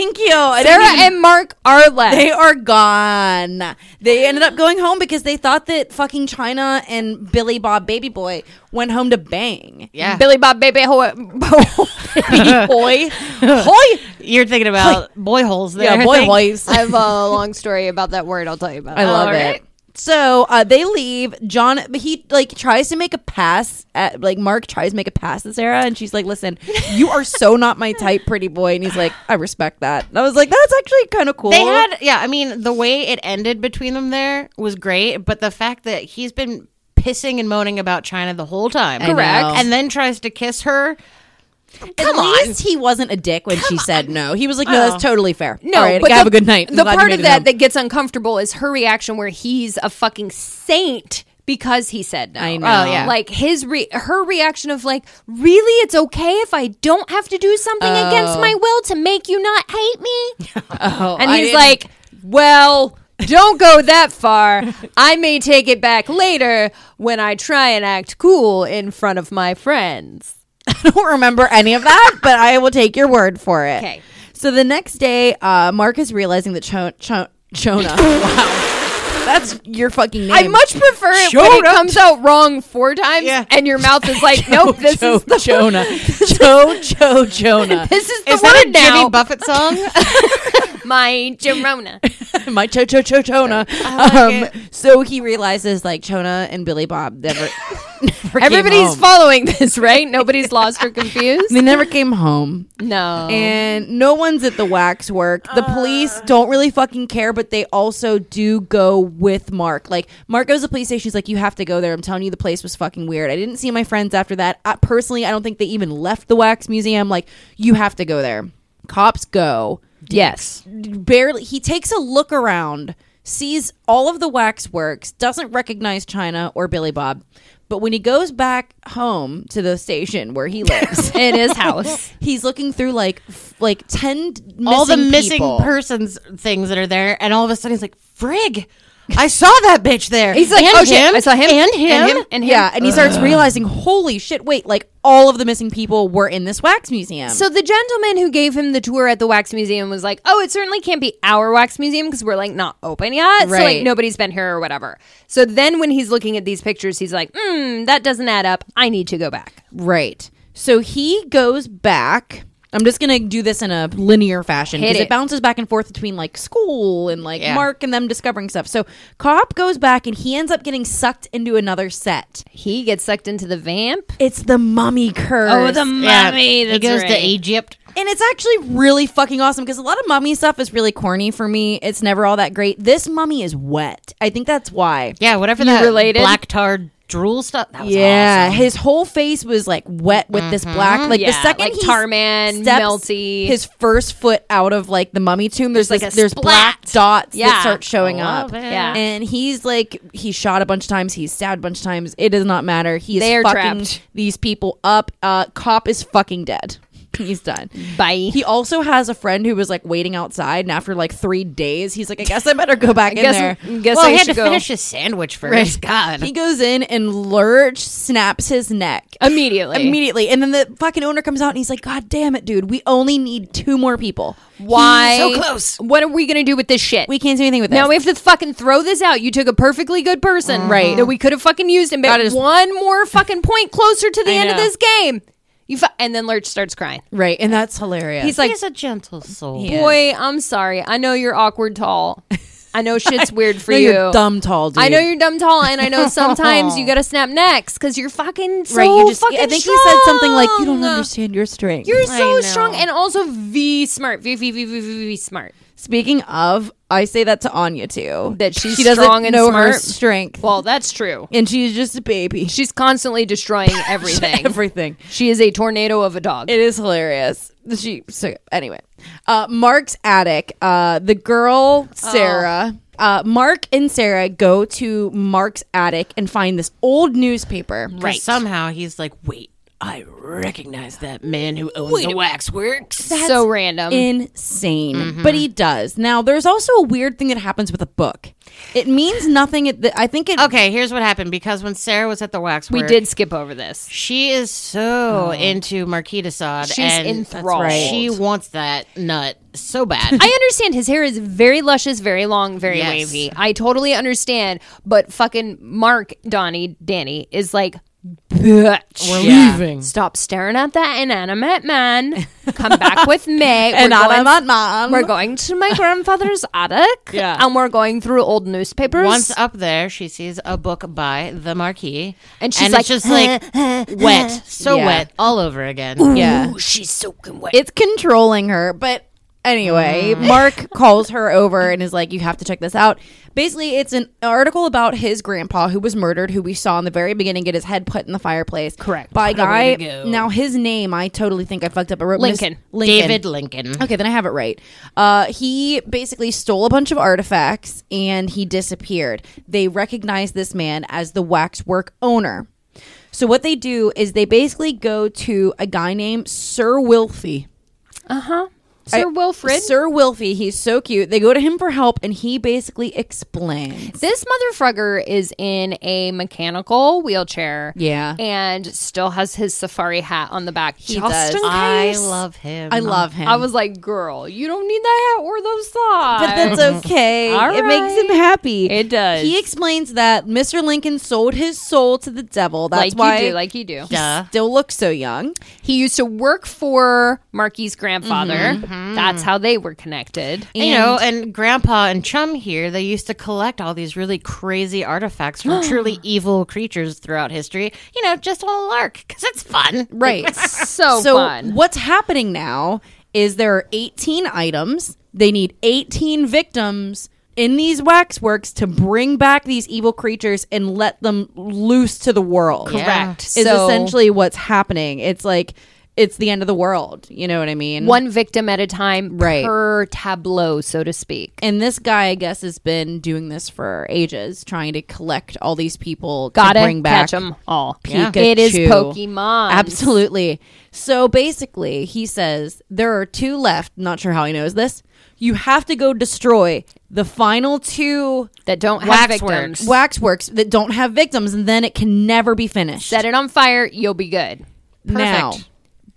S2: did. Thank you. I didn't
S1: Sarah
S2: even-
S1: and Mark are left.
S2: they are gone. They ended up going home because they thought that fucking China and Billy Bob Baby Boy went home to bang.
S3: Yeah.
S1: Billy Bob Baby Ho- Baby Boy. Hoy.
S3: You're thinking about boy holes there.
S2: Yeah, boy boys.
S1: I have a long story about that word. I'll tell you about.
S2: I
S1: it.
S2: love it. So uh, they leave. John, but he like tries to make a pass at like Mark tries to make a pass at Sarah, and she's like, "Listen, you are so not my type, pretty boy." And he's like, "I respect that." And I was like, "That's actually kind of cool."
S3: They had, yeah, I mean, the way it ended between them there was great, but the fact that he's been pissing and moaning about China the whole time.
S2: Correct. know.
S3: And then tries to kiss her.
S2: Come at least he wasn't a dick when she said no. He was like, "No,
S3: Oh.
S2: that's totally fair."
S1: No,
S2: All right,
S1: but
S2: okay,
S1: the,
S2: have a good night. I'm
S1: The
S2: glad you
S1: part
S2: made
S1: of
S2: it
S1: that
S2: home.
S1: that gets uncomfortable is her reaction, where he's a fucking saint because he said no. I
S2: know.
S3: Oh, yeah.
S1: Like his re- her reaction of like, really, it's okay if I don't have to do something against my will to make you not hate me.
S2: Oh,
S1: and
S2: I
S1: he's
S2: didn't-
S1: like, well. Don't go that far. I may take it back later when I try and act cool in front of my friends.
S2: I don't remember any of that, but I will take your word for it.
S1: Okay.
S2: So the next day, uh, Mark is realizing that Cho- Cho- Chona. wow. That's your fucking name.
S1: I much prefer it when it comes out wrong four times
S3: Yeah.
S1: and your mouth is like, nope, this
S2: Cho
S1: is the
S2: Jonah. Cho Cho Jonah.
S1: This is the
S3: Is that
S1: word
S3: a
S1: now.
S3: Jimmy Buffett song?
S1: My Jerona.
S2: My Cho Cho Cho Chona. Um, so he realizes like Chona and Billy Bob never, never came
S1: Everybody's
S2: home.
S1: following this, right? Nobody's lost or confused.
S2: They never came home.
S1: No.
S2: And no one's at the wax work. The police don't really fucking care, but they also do go with Mark. Like, Mark goes to the police station. He's like, You have to go there. I'm telling you, the place was fucking weird. I didn't see my friends after that. I, personally, I don't think they even left the wax museum. Like, you have to go there. Cops go.
S1: yes.
S2: Barely, he takes a look around, sees all of the wax works, doesn't recognize China or Billy Bob, But when he goes back home to the station where he lives in his house, he's looking through like f- like ten d- missing
S3: all the missing
S2: people.
S3: persons things that are there, and all of a sudden he's like, "Frig, I saw that bitch there."
S2: He's like,
S3: and
S2: oh shit,
S3: him,
S2: I saw him
S3: and him.
S1: and him, and him.
S2: Yeah, and he starts realizing, holy shit, wait, like all of the missing people were in this wax museum.
S1: So the gentleman who gave him the tour at the wax museum was like, "Oh, it certainly can't be our wax museum because we're like not open yet, so like
S2: Right.
S1: nobody's been here or whatever." So then when he's looking at these pictures, he's like, "Hmm, that doesn't add up. I need to go back."
S2: Right. So he goes back. I'm just gonna do this in a linear fashion
S1: Hit
S2: because it.
S1: it.
S2: bounces back and forth between like school and like Mark and them discovering stuff. So Cop goes back and he ends up getting sucked into another set.
S1: He gets sucked into the vamp.
S2: It's the mummy curse.
S3: Yeah. he goes to Egypt.
S2: And it's actually really fucking awesome because a lot of mummy stuff is really corny for me. It's never all that great. This mummy is wet. I think that's why.
S3: Yeah, whatever that
S1: related?
S3: black tar drool stuff. That was
S2: Yeah,
S3: awesome.
S2: his whole face was like wet with this black. Like
S1: Mm-hmm. Yeah,
S2: the second
S1: like
S2: he
S1: Tar Man,
S2: steps
S1: melty.
S2: his first foot out of like the mummy tomb, there's,
S1: There's,
S2: like
S1: like, a
S2: there's black
S1: splat.
S2: dots
S1: Yeah.
S2: that start showing
S3: Love
S2: up.
S3: it.
S1: Yeah.
S2: and he's like he's shot a bunch of times, he's stabbed a bunch of times. It does not matter. He is
S1: They are
S2: fucking
S1: trapped.
S2: these people up. Uh, cop is fucking dead. He's done.
S1: Bye.
S2: He also has a friend who was like waiting outside, and after like three days, he's like, "I guess I better go back in
S1: guess-
S2: there."
S1: guess
S3: well,
S1: I
S3: he had
S1: should
S3: to
S1: go
S3: finish his sandwich first. God,
S2: He goes in and lurch snaps his neck
S1: immediately.
S2: immediately. And then the fucking owner comes out and he's like, God damn it, dude. We only need two more people.
S1: Why?
S3: So close.
S1: What are we gonna do with this shit?
S2: We can't do anything with this.
S1: now we have to fucking throw this out. You took a perfectly good person,
S2: Right.
S1: That we could have fucking used and made
S2: just-
S1: one more fucking point closer to the
S3: I
S1: end of
S3: know.
S1: this game. You fu- and then Lurch starts crying.
S2: right. And that's hilarious.
S1: He's like,
S3: he's a gentle soul.
S1: "Boy, I'm sorry. I know you're awkward tall. I know shit's weird for
S2: No,
S1: you.
S2: you're dumb tall, dude.
S1: I know you're dumb tall, and I know sometimes you gotta snap necks because you're fucking so
S2: right. You just,
S1: fucking
S2: I think
S1: strong.
S2: he said something like, You don't understand your strength.
S1: You're
S3: I
S1: so
S3: know.
S1: strong and also v smart, v v v v v, v smart.
S2: Speaking of, I say that to Anya too.
S1: That she's
S2: she doesn't
S1: strong and
S2: know her
S1: smart.
S2: strength.
S1: Well, that's true.
S2: and she's just a baby.
S1: She's constantly destroying everything.
S2: Everything.
S1: She is a tornado of a dog.
S2: It is hilarious. She so anyway. Uh, Mark's attic. Uh, the girl Sarah. Uh, Mark and Sarah go to Mark's attic and find this old newspaper.
S3: Right. Somehow he's like, wait, I recognize that man who owns the waxworks.
S1: so random.
S2: Insane, but he does. Now, there's also a weird thing that happens with a book. It means nothing. At the, I think it.
S3: Okay, here's what happened because when Sarah was at the waxworks,
S1: we did skip over this.
S3: She is so into Marquita Sod.
S1: Oh. She's
S3: and
S1: enthralled. That's right.
S3: She wants that nut so bad.
S1: I understand his hair is very luscious, very long, very
S3: Yes.
S1: wavy. I totally understand, but fucking Mark Donnie Danny is like, bitch, we're leaving. Stop staring at that inanimate man. Come back with me.
S2: and
S1: we're,
S2: I'm
S1: going,
S2: not mom.
S1: we're going to my grandfather's attic,
S3: Yeah.
S1: and we're going through old newspapers.
S3: Once up there, she sees a book by the Marquis,
S1: And she's
S3: it's
S1: like,
S3: just like wet, so
S2: Yeah.
S3: wet all over again.
S2: yeah, she's soaking wet. It's controlling her, but anyway, Mark calls her over and is like, "You have to check this out." Basically, it's an article about his grandpa who was murdered, who we saw in the very beginning get his head put in the fireplace. Correct by a guy. Now his name, I totally think I fucked up. I wrote Miss-
S1: Lincoln.
S2: Lincoln.
S3: David Lincoln.
S2: Okay, then I have it right. Uh, he basically stole a bunch of artifacts and he disappeared. They recognize this man as the waxwork owner. So what they do is they basically go to a guy named Sir Wilfie.
S1: Sir Wilfred.
S2: Sir Wilfie, he's so cute. They go to him for help and he basically explains.
S1: This motherfucker is in a mechanical wheelchair.
S2: Yeah.
S1: And still has his safari hat on the back. He
S2: does.
S3: I love him.
S2: I love him.
S1: Uh-huh. I was like, girl, you don't need that hat or those socks.
S2: but that's okay.
S1: All
S2: It makes
S1: right.
S2: him happy.
S1: It does.
S2: He explains that Mr. Lincoln sold his soul to the devil. That's
S1: like
S2: why
S1: you do, like you do.
S2: he
S3: Duh.
S2: still looks so young.
S1: He used to work for Marky's grandfather.
S2: Mm-hmm.
S1: That's how they were connected.
S3: you know, and Grandpa and Chum here, they used to collect all these really crazy artifacts from truly evil creatures throughout history. You know, just on a lark because it's fun.
S2: Right.
S1: So,
S2: so
S1: Oh, fun.
S2: what's happening now is there are 18 items. They need 18 victims in these waxworks to bring back these evil creatures and let them loose to the world.
S3: Correct.
S2: Is
S1: So-
S2: essentially what's happening. It's like it's the end of the world. You know what I mean?
S1: One victim at a time
S2: Right.
S1: per tableau, so to speak.
S2: And this guy, I guess, has been doing this for ages, trying to collect all these people
S1: Gotta
S2: to bring back
S1: catch them all.
S2: Pikachu.
S1: It is Pokemon.
S2: Absolutely. So basically, he says there are two left. Not sure how he knows this. You have to go destroy the final two
S1: That don't have
S3: Waxworks.
S1: victims.
S2: waxworks that don't have victims, and then it can never be finished.
S1: Set it on fire, you'll be good.
S2: Now,
S3: Perfect.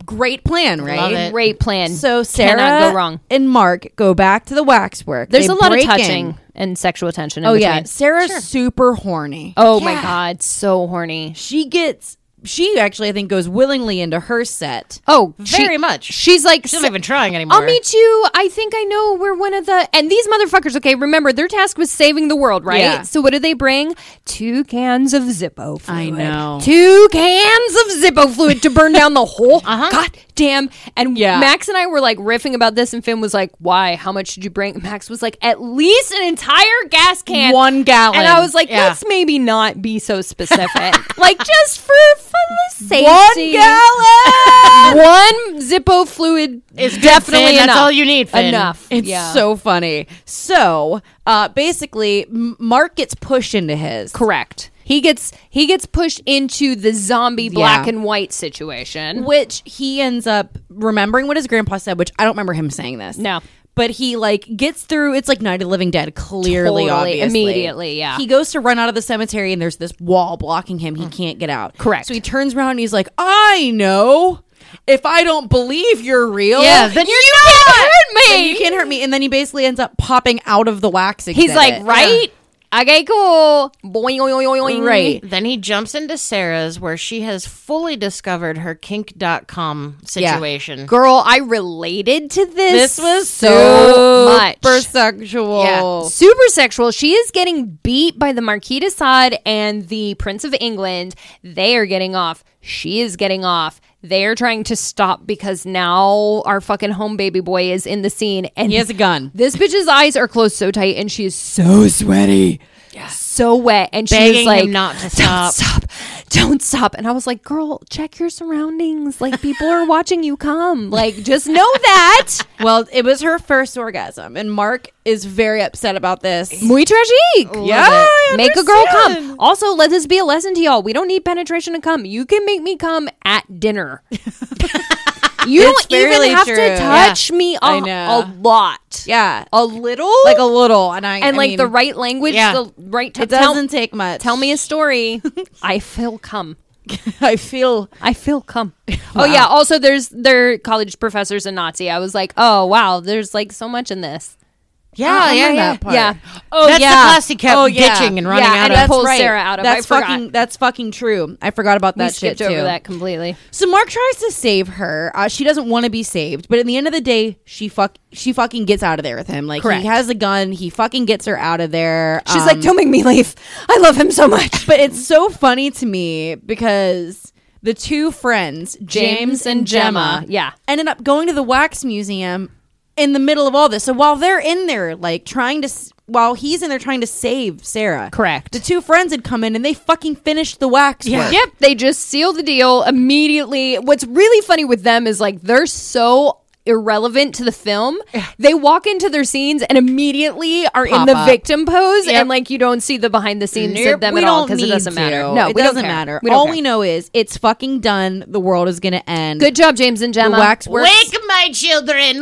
S2: great plan, right?
S3: Love it.
S1: Great plan.
S2: So Sarah
S1: Cannot go wrong.
S2: and Mark go back to the waxwork.
S1: There's
S2: They
S1: a lot of
S2: break in.
S1: touching and sexual tension. In
S2: Oh
S1: between.
S2: yeah, Sarah's super horny.
S1: Oh my god, so horny.
S2: She gets. She actually, I think, goes willingly into her set.
S1: Oh,
S3: Very
S1: she-
S3: much.
S1: She's like,
S3: She's
S1: "So-
S3: not even trying anymore.
S1: I'll meet you. I think I know we're one of the and these motherfuckers. Okay, remember their task was saving the world, right?
S2: Yeah.
S1: So what do they bring? Two cans of Zippo. Fluid.
S2: I know.
S1: Two cans of Zippo fluid to burn down the whole goddamn. And
S2: Uh-huh. Yeah.
S1: Max and I were like riffing about this, and Finn was like, "Why? How much did you bring?" Max was like, "At least an entire gas can,
S2: One gallon.
S1: And I was like,
S3: Yeah.
S1: "Let's maybe not be so specific. like just for for the safety,
S2: One gallon.
S1: one Zippo fluid
S3: It's good,
S1: definitely
S3: Finn. That's
S1: enough.
S3: all you need, Finn.
S1: Enough.
S2: It's so funny. So uh, basically, M- Mark gets pushed into his.
S1: correct. He gets he gets pushed into the zombie black
S2: Yeah.
S1: and white situation.
S2: Which he ends up remembering what his grandpa said, which I don't remember him saying this.
S1: No.
S2: But he like gets through. It's like Night of the Living Dead, clearly,
S1: Totally,
S2: obviously.
S1: immediately, yeah.
S2: He goes to run out of the cemetery, and there's this wall blocking him. He can't get out.
S1: Correct.
S2: So he turns around and he's like, "I know. If I don't believe you're real,
S3: Yeah, then
S1: you can't hurt
S2: then you can't hurt me." And then he basically ends up popping out of the wax. Exhibit.
S1: He's like, right? Okay, cool. Boing, oing, oing, oing.
S2: Right.
S3: Then he jumps into Sarah's where she has fully discovered her kink.com situation.
S1: Girl, I related to
S2: This
S1: this.
S2: was
S1: so much.
S2: super sexual.
S1: Yeah.
S3: Oh.
S1: Super sexual. She is getting beat by the Marquis de Sade and the Prince of England. They are getting off. She is getting off. They are trying to stop because now our fucking home baby boy is in the scene and
S2: He has a gun.
S1: This bitch's eyes are closed so tight and she is so sweaty. So wet. And she was
S3: Begging
S1: like,
S3: him not to
S1: Don't
S3: stop."
S1: stop. Don't stop. And I was like, girl, check your surroundings. Like, people are watching you come. Like, just know that.
S2: Well, it was her first orgasm, and Mark is very upset about this.
S1: Muy tragique.
S2: Yeah, I
S1: Make a girl
S2: understand.
S1: come. Also, let this be a lesson to y'all. We don't need penetration to come. You can make me come at dinner. you don't
S2: fairly
S1: even have
S2: true.
S1: to touch me a,
S2: I know.
S1: a lot.
S2: Yeah,
S1: A little.
S2: like a little, and I
S1: and
S2: I
S1: like
S2: mean,
S1: the right language,
S3: yeah.
S1: the right to
S2: It doesn't take much.
S1: Tell me a story. I feel come.
S2: I feel
S1: I feel come. Oh yeah. Also, there's their college professors and Nazi. I was like, oh wow, there's like so much in this.
S3: yeah, yeah, yeah.
S1: Yeah.
S3: Oh, That's
S1: yeah.
S3: the class he kept
S2: Oh, yeah.
S3: ditching and running
S1: Yeah,
S3: out
S1: and
S3: of.
S1: it pulls Sarah out of. I
S2: That's
S1: forgot.
S2: fucking. That's fucking true. I forgot about that
S1: We skipped
S2: shit
S1: over
S2: too.
S1: that completely.
S2: So Mark tries to save her. Uh, she doesn't want to be saved, but at the end of the day, she fuck she fucking gets out of there with him. Like
S1: Correct.
S2: he has a gun. He fucking gets her out of there.
S1: She's
S2: Um,
S1: like, don't make me leave. I love him so much.
S2: But it's so funny to me because the two friends, James, and Gemma,
S1: yeah.
S2: ended up going to the wax museum in the middle of all this. So while they're in there, like trying to, s- while he's in there trying to save Sarah,
S1: Correct.
S2: The two friends had come in and they fucking finished the wax. work.
S1: Yep, they just seal the deal immediately. What's really funny with them is like they're so irrelevant to the film. They walk into their scenes and immediately are in
S2: Pop
S1: the
S2: up.
S1: victim pose, and like you don't see the behind the scenes of them
S2: we
S1: at all
S2: don't
S1: because it
S2: need
S1: doesn't matter.
S2: to.
S1: No,
S2: it
S1: we
S2: doesn't
S1: don't care.
S2: matter.
S1: We don't
S2: all
S1: care.
S2: we know is it's fucking done. The world is gonna end.
S1: Good job, James and
S2: The
S1: Gemma.
S2: wax works.
S3: Wake, my children,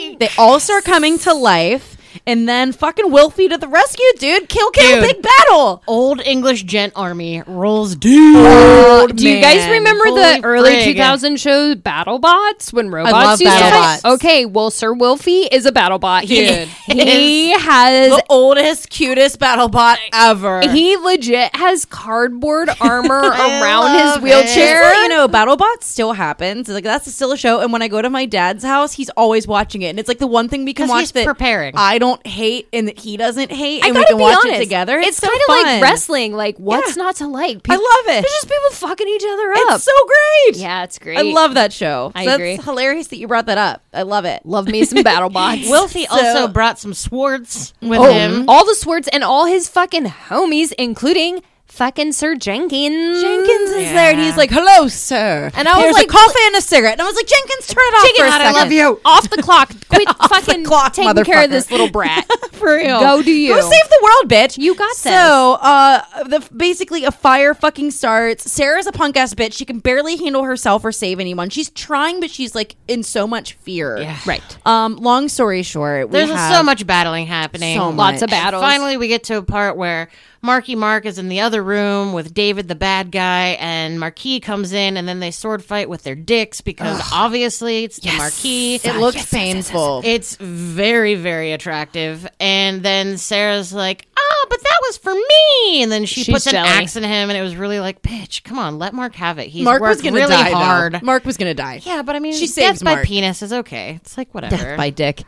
S3: wake!
S2: They all start coming to life, and then fucking Wilfie to the rescue, dude. Kill, kill,
S3: Dude.
S2: big battle.
S3: Old English gent army rolls deep.
S1: Do you guys
S2: man.
S1: remember
S3: Holy
S1: the early
S3: frig.
S1: 2000 show BattleBots when robots
S2: love
S1: used to
S2: BattleBots.
S1: fight? Okay, well, Sir Wilfie is a BattleBot. He,
S3: Dude.
S1: he has
S2: The oldest, cutest battle bot ever.
S1: He legit has cardboard armor around
S3: love
S1: his wheelchair.
S2: Just to let you know, BattleBots still happens. Like that's still a show. And when I go to my dad's house, he's always watching it, and it's like the one thing we can
S3: 'Cause
S2: watch
S3: he's
S2: that
S3: preparing.
S2: I don't hate, and that he doesn't hate,
S1: I
S2: and we
S1: gotta
S2: can
S1: be
S2: watch
S1: honest,
S2: it together.
S1: It's,
S2: so
S1: kind of
S2: fun.
S1: like wrestling. Like, what's not to like?
S2: I love it.
S1: It's just people fucking each other up.
S2: It's so great.
S1: yeah, it's great.
S2: I love that show.
S1: I
S2: So that's
S1: agree.
S2: hilarious that you brought that up. I love it.
S1: love me some battle bots.
S3: Wilfie also
S2: So-
S3: brought some swords with
S1: Oh,
S3: him.
S1: all the swords and all his fucking homies, including fucking Sir Jenkins.
S2: Jenkins is there, and he's like, "Hello, sir."
S1: And I was
S2: Here's
S1: like-
S2: a "Coffee and a cigarette." And I was like, "Jenkins, turn it off
S1: Take it
S2: for a
S1: out,
S2: second.
S1: I love you. Off the clock. Quit
S2: Off the
S1: fucking
S2: clock,
S1: taking care of this
S2: motherfucker.
S1: little brat.
S2: For real.
S1: Go do you.
S2: Go save the world, bitch.
S1: You got
S2: so,
S1: this.
S2: So, uh, the, basically, a fire fucking starts. Sarah's a punk ass bitch. She can barely handle herself or save anyone. She's trying, but she's like in so much fear.
S3: Yeah.
S1: right.
S2: Um, long story short, we
S3: There's
S2: have-
S3: so much battling happening.
S2: So
S1: Lots of battles.
S3: Finally, we get to a part where Marky Mark is in the other room with David, the bad guy, and Marquis comes in, and then they sword fight with their dicks because obviously it's the Marquis.
S9: It looks painful.
S3: It's very, very attractive. And then Sarah's like, oh, but that was for me. And then she
S9: She's
S3: puts an
S9: jelly.
S3: axe in him, and it was really like, bitch, come on, let Mark have it. He's
S2: Mark
S3: worked
S2: was gonna
S3: really
S2: die. though.
S3: hard.
S2: Mark was gonna die.
S3: Yeah, but I mean,
S2: She saves
S3: death by
S2: Mark.
S3: penis is okay. It's like whatever.
S9: Death by dick.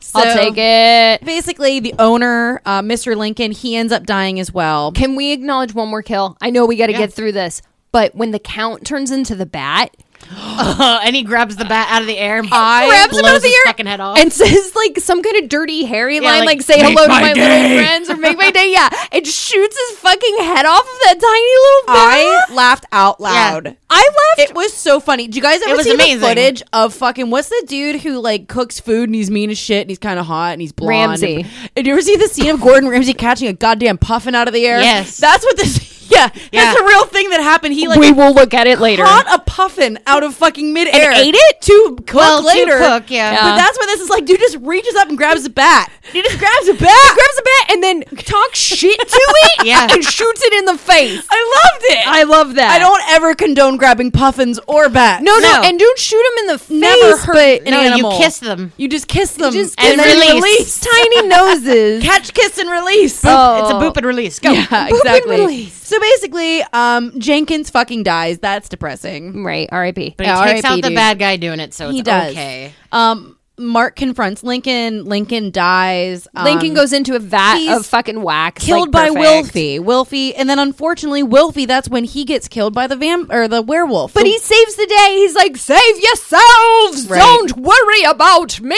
S2: So-
S9: I'll take it.
S2: Basically, the owner, uh, Mr. Lincoln, he ends up dying as well.
S1: Can we acknowledge one more kill? I know we got to get through this, but when the count turns into the bat,
S3: and he grabs the bat out of the air and
S1: grabs him
S3: blows
S1: out of the
S3: his
S1: air
S3: fucking head off.
S1: and says like some kind of dirty hairy line,
S3: like,
S1: like, say hello to
S3: my
S1: my little friends or make my day. Yeah, it shoots his fucking head off of that tiny little
S2: I
S1: bat.
S2: laughed out loud.
S1: I left.
S2: It was so funny. Do you guys ever
S3: was
S2: see
S3: amazing.
S2: the footage of fucking what's the dude who like cooks food and he's mean as shit and he's kind of hot and he's blonde?
S1: Ramsay.
S2: And, and you ever see the scene of Gordon Ramsay catching a goddamn puffin out of the air?
S3: Yes.
S2: that's what this. Yeah,
S3: Yeah.
S2: that's a real thing that happened. He like
S1: we will look at it later.
S2: caught a puffin out of fucking midair
S1: ate it?
S2: to cook
S3: Well, to
S2: later.
S3: cook, yeah.
S2: But
S3: Yeah.
S2: that's what this is like. Dude just reaches up and grabs a bat.
S1: He just grabs a bat, grabs a bat, and then talks shit to it,
S3: Yeah.
S1: and shoots it in the face.
S2: I loved it.
S1: I love that.
S2: I don't ever condone grabbing puffins or bats.
S1: No, no,
S3: No.
S1: and don't shoot him in the face.
S2: Never hurt
S1: but
S2: an
S3: no,
S2: animal.
S3: you kiss them.
S2: You just kiss them
S1: just
S3: And
S1: kiss
S3: release.
S1: tiny noses.
S2: Catch, kiss, and release.
S1: Oh.
S3: It's a boop and release. Go.
S2: Yeah,
S1: and
S2: exactly.
S1: release.
S2: So basically, um, Jenkins fucking dies. That's depressing.
S1: Right, R.I.P.
S3: But he
S2: Yeah,
S3: takes
S2: R.I.P.,
S3: out the
S2: dude.
S3: bad guy doing it, so it's
S2: He does.
S3: okay.
S2: Um, Mark confronts Lincoln. Lincoln dies. Um,
S1: Lincoln goes into a vat
S2: he's
S1: of fucking wax,
S2: killed
S1: like,
S2: by
S1: perfect.
S2: Wilfie. Wilfie, and then unfortunately, Wilfie. That's when he gets killed by the vamp or the werewolf.
S1: But
S2: The-
S1: he saves the day. He's like, "Save yourselves!
S2: Right.
S1: Don't worry about me."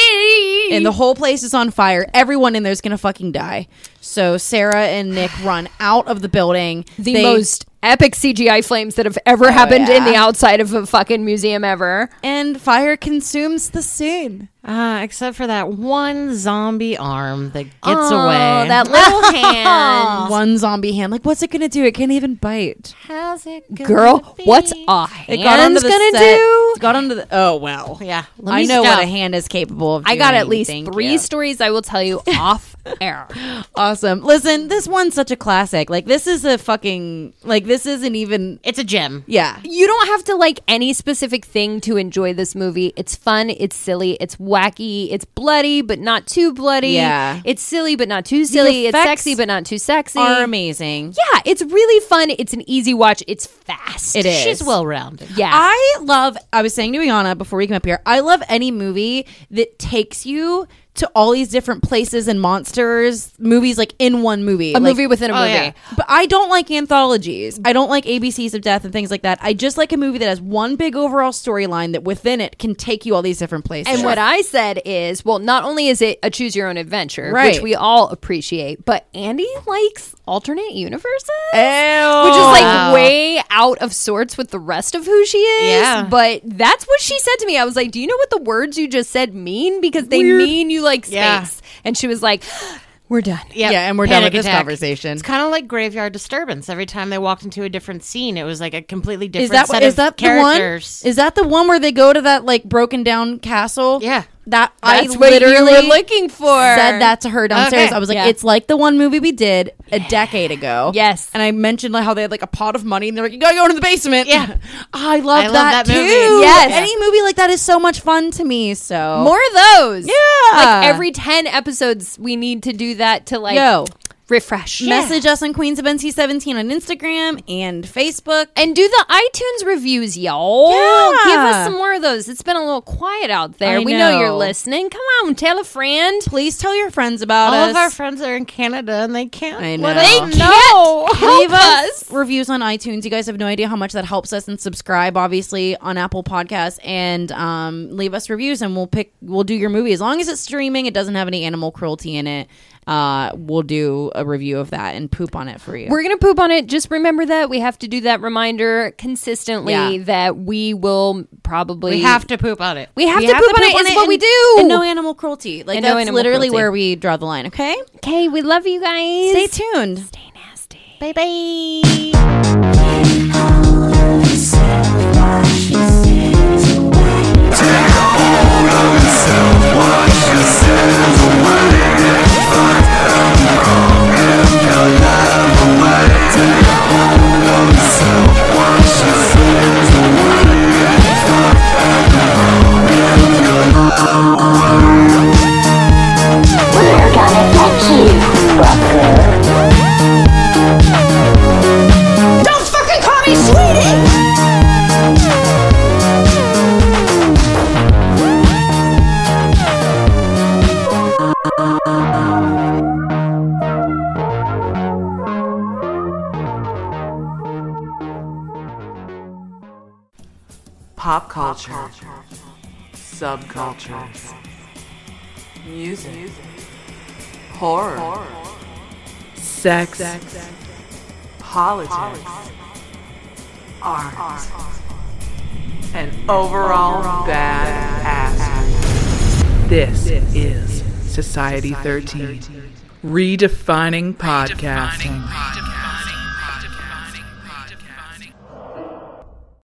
S2: and the whole place is on fire. Everyone in there's gonna fucking die. So Sarah and Nick run out of the building.
S1: the
S2: They-
S1: most epic CGI flames that have ever happened in
S2: yeah.
S1: the outside of a fucking museum ever.
S2: and fire consumes the scene.
S3: Uh, except for that one zombie arm that gets away.
S1: that little hand,
S2: One zombie hand. Like, what's it gonna do? It can't even bite.
S3: How's it gonna
S1: girl.
S3: be?
S1: What's a
S2: It
S1: hand's
S2: got onto the
S1: gonna
S2: set.
S1: do?
S2: It got onto the. Oh well.
S3: Yeah. Let
S2: I
S3: me
S2: know what
S3: stop.
S2: a hand is capable of.
S1: I got
S2: doing.
S1: at least
S2: Thank
S1: three
S2: you.
S1: stories I will tell you off air.
S2: awesome. Listen, this one's such a classic. Like this is a fucking like this isn't even.
S3: It's a gem.
S2: Yeah.
S1: You don't have to like any specific thing to enjoy this movie. It's fun, it's silly, it's wacky, it's bloody but not too bloody.
S2: Yeah.
S1: It's silly but not too silly. It's
S2: effects
S1: sexy but not too sexy.
S2: Are amazing.
S1: Yeah, it's really fun. It's an easy watch. It's fast.
S2: It is.
S3: She's well rounded.
S1: Yeah.
S2: I love. I was saying to Iana before we came up here. I love any movie that takes you to all these different places and monsters movies like in one movie.
S1: a
S2: Like,
S1: movie within a
S3: oh,
S1: movie.
S3: yeah.
S2: But I don't like anthologies. I don't like ABCs of death and things like that. I just like a movie that has one big overall storyline that within it can take you all these different places.
S1: And what I said is, well, not only is it a choose your own adventure,
S2: Right.
S1: which we all appreciate, but Andy likes alternate universes.
S2: Ew.
S1: which is like
S3: Wow.
S1: way out of sorts with the rest of who she is.
S3: Yeah.
S1: But that's what she said to me. I was like, "Do you know what the words you just said mean? Because they mean you like space."
S3: Yeah.
S1: And she was like, "We're done."
S2: Yeah, and we're done with this conversation.
S3: It's kind of like graveyard disturbance. Every time they walked into a different scene, it was like a completely different
S2: is that
S3: set
S2: what is
S3: of
S2: that
S3: characters.
S2: the one? Is that the one where they go to that like broken down castle?
S3: Yeah.
S2: that
S1: That's
S2: I
S1: what you were
S2: literally
S1: looking for.
S2: Said that to her downstairs.
S3: Okay.
S2: I was like,
S1: Yeah.
S2: it's like the one movie we did a decade ago.
S1: Yes.
S2: and I mentioned like how they had like a pot of money and they're like, you gotta go into the basement.
S3: Yeah.
S2: I love
S3: I love
S2: that,
S3: that movie.
S2: too.
S1: Yes.
S2: any movie like that is so much fun to me. So
S1: More of those.
S2: Yeah.
S1: Like every 10 episodes, we need to do that to like
S2: Yo.
S1: refresh.
S2: message us on Queens of NC17 on Instagram and Facebook.
S1: And do the iTunes reviews, y'all.
S2: Yeah.
S1: Give us some more of those. It's been a little quiet out there.
S2: I
S1: we know.
S2: know.
S1: you're listening. Come on, tell a friend.
S2: Please tell your friends about
S3: All
S2: us.
S3: of our friends are in Canada and they can't.
S2: I
S3: let
S2: know.
S3: us
S2: They
S1: No, help
S2: leave
S1: us.
S2: us reviews on iTunes. You guys have no idea how much that helps us. And subscribe, obviously, on Apple Podcasts, and um, leave us reviews, and we'll pick. We'll do your movie as long as it's streaming. It doesn't have any animal cruelty in it. uh, we'll do a review of that and poop on it for you.
S1: We're going to poop on it. Just remember that we have to do that reminder consistently
S2: Yeah.
S1: that we will probably
S3: We have to poop on it.
S1: We have
S2: We
S1: to
S2: have
S1: poop on it. It's what
S2: and-
S1: we do.
S2: And no animal cruelty. Like
S1: And no
S2: that's
S1: animal
S2: literally
S1: cruelty.
S2: where we draw the line. Okay.
S1: okay, we love you guys.
S2: Stay tuned.
S1: Stay nasty.
S3: Bye bye.
S10: We're gonna get you, fucker. Don't fucking call me sweetie!
S11: Pop culture, subcultures, music, horror, sex, politics, art, and overall bad ass. This is Society 13, redefining podcasting.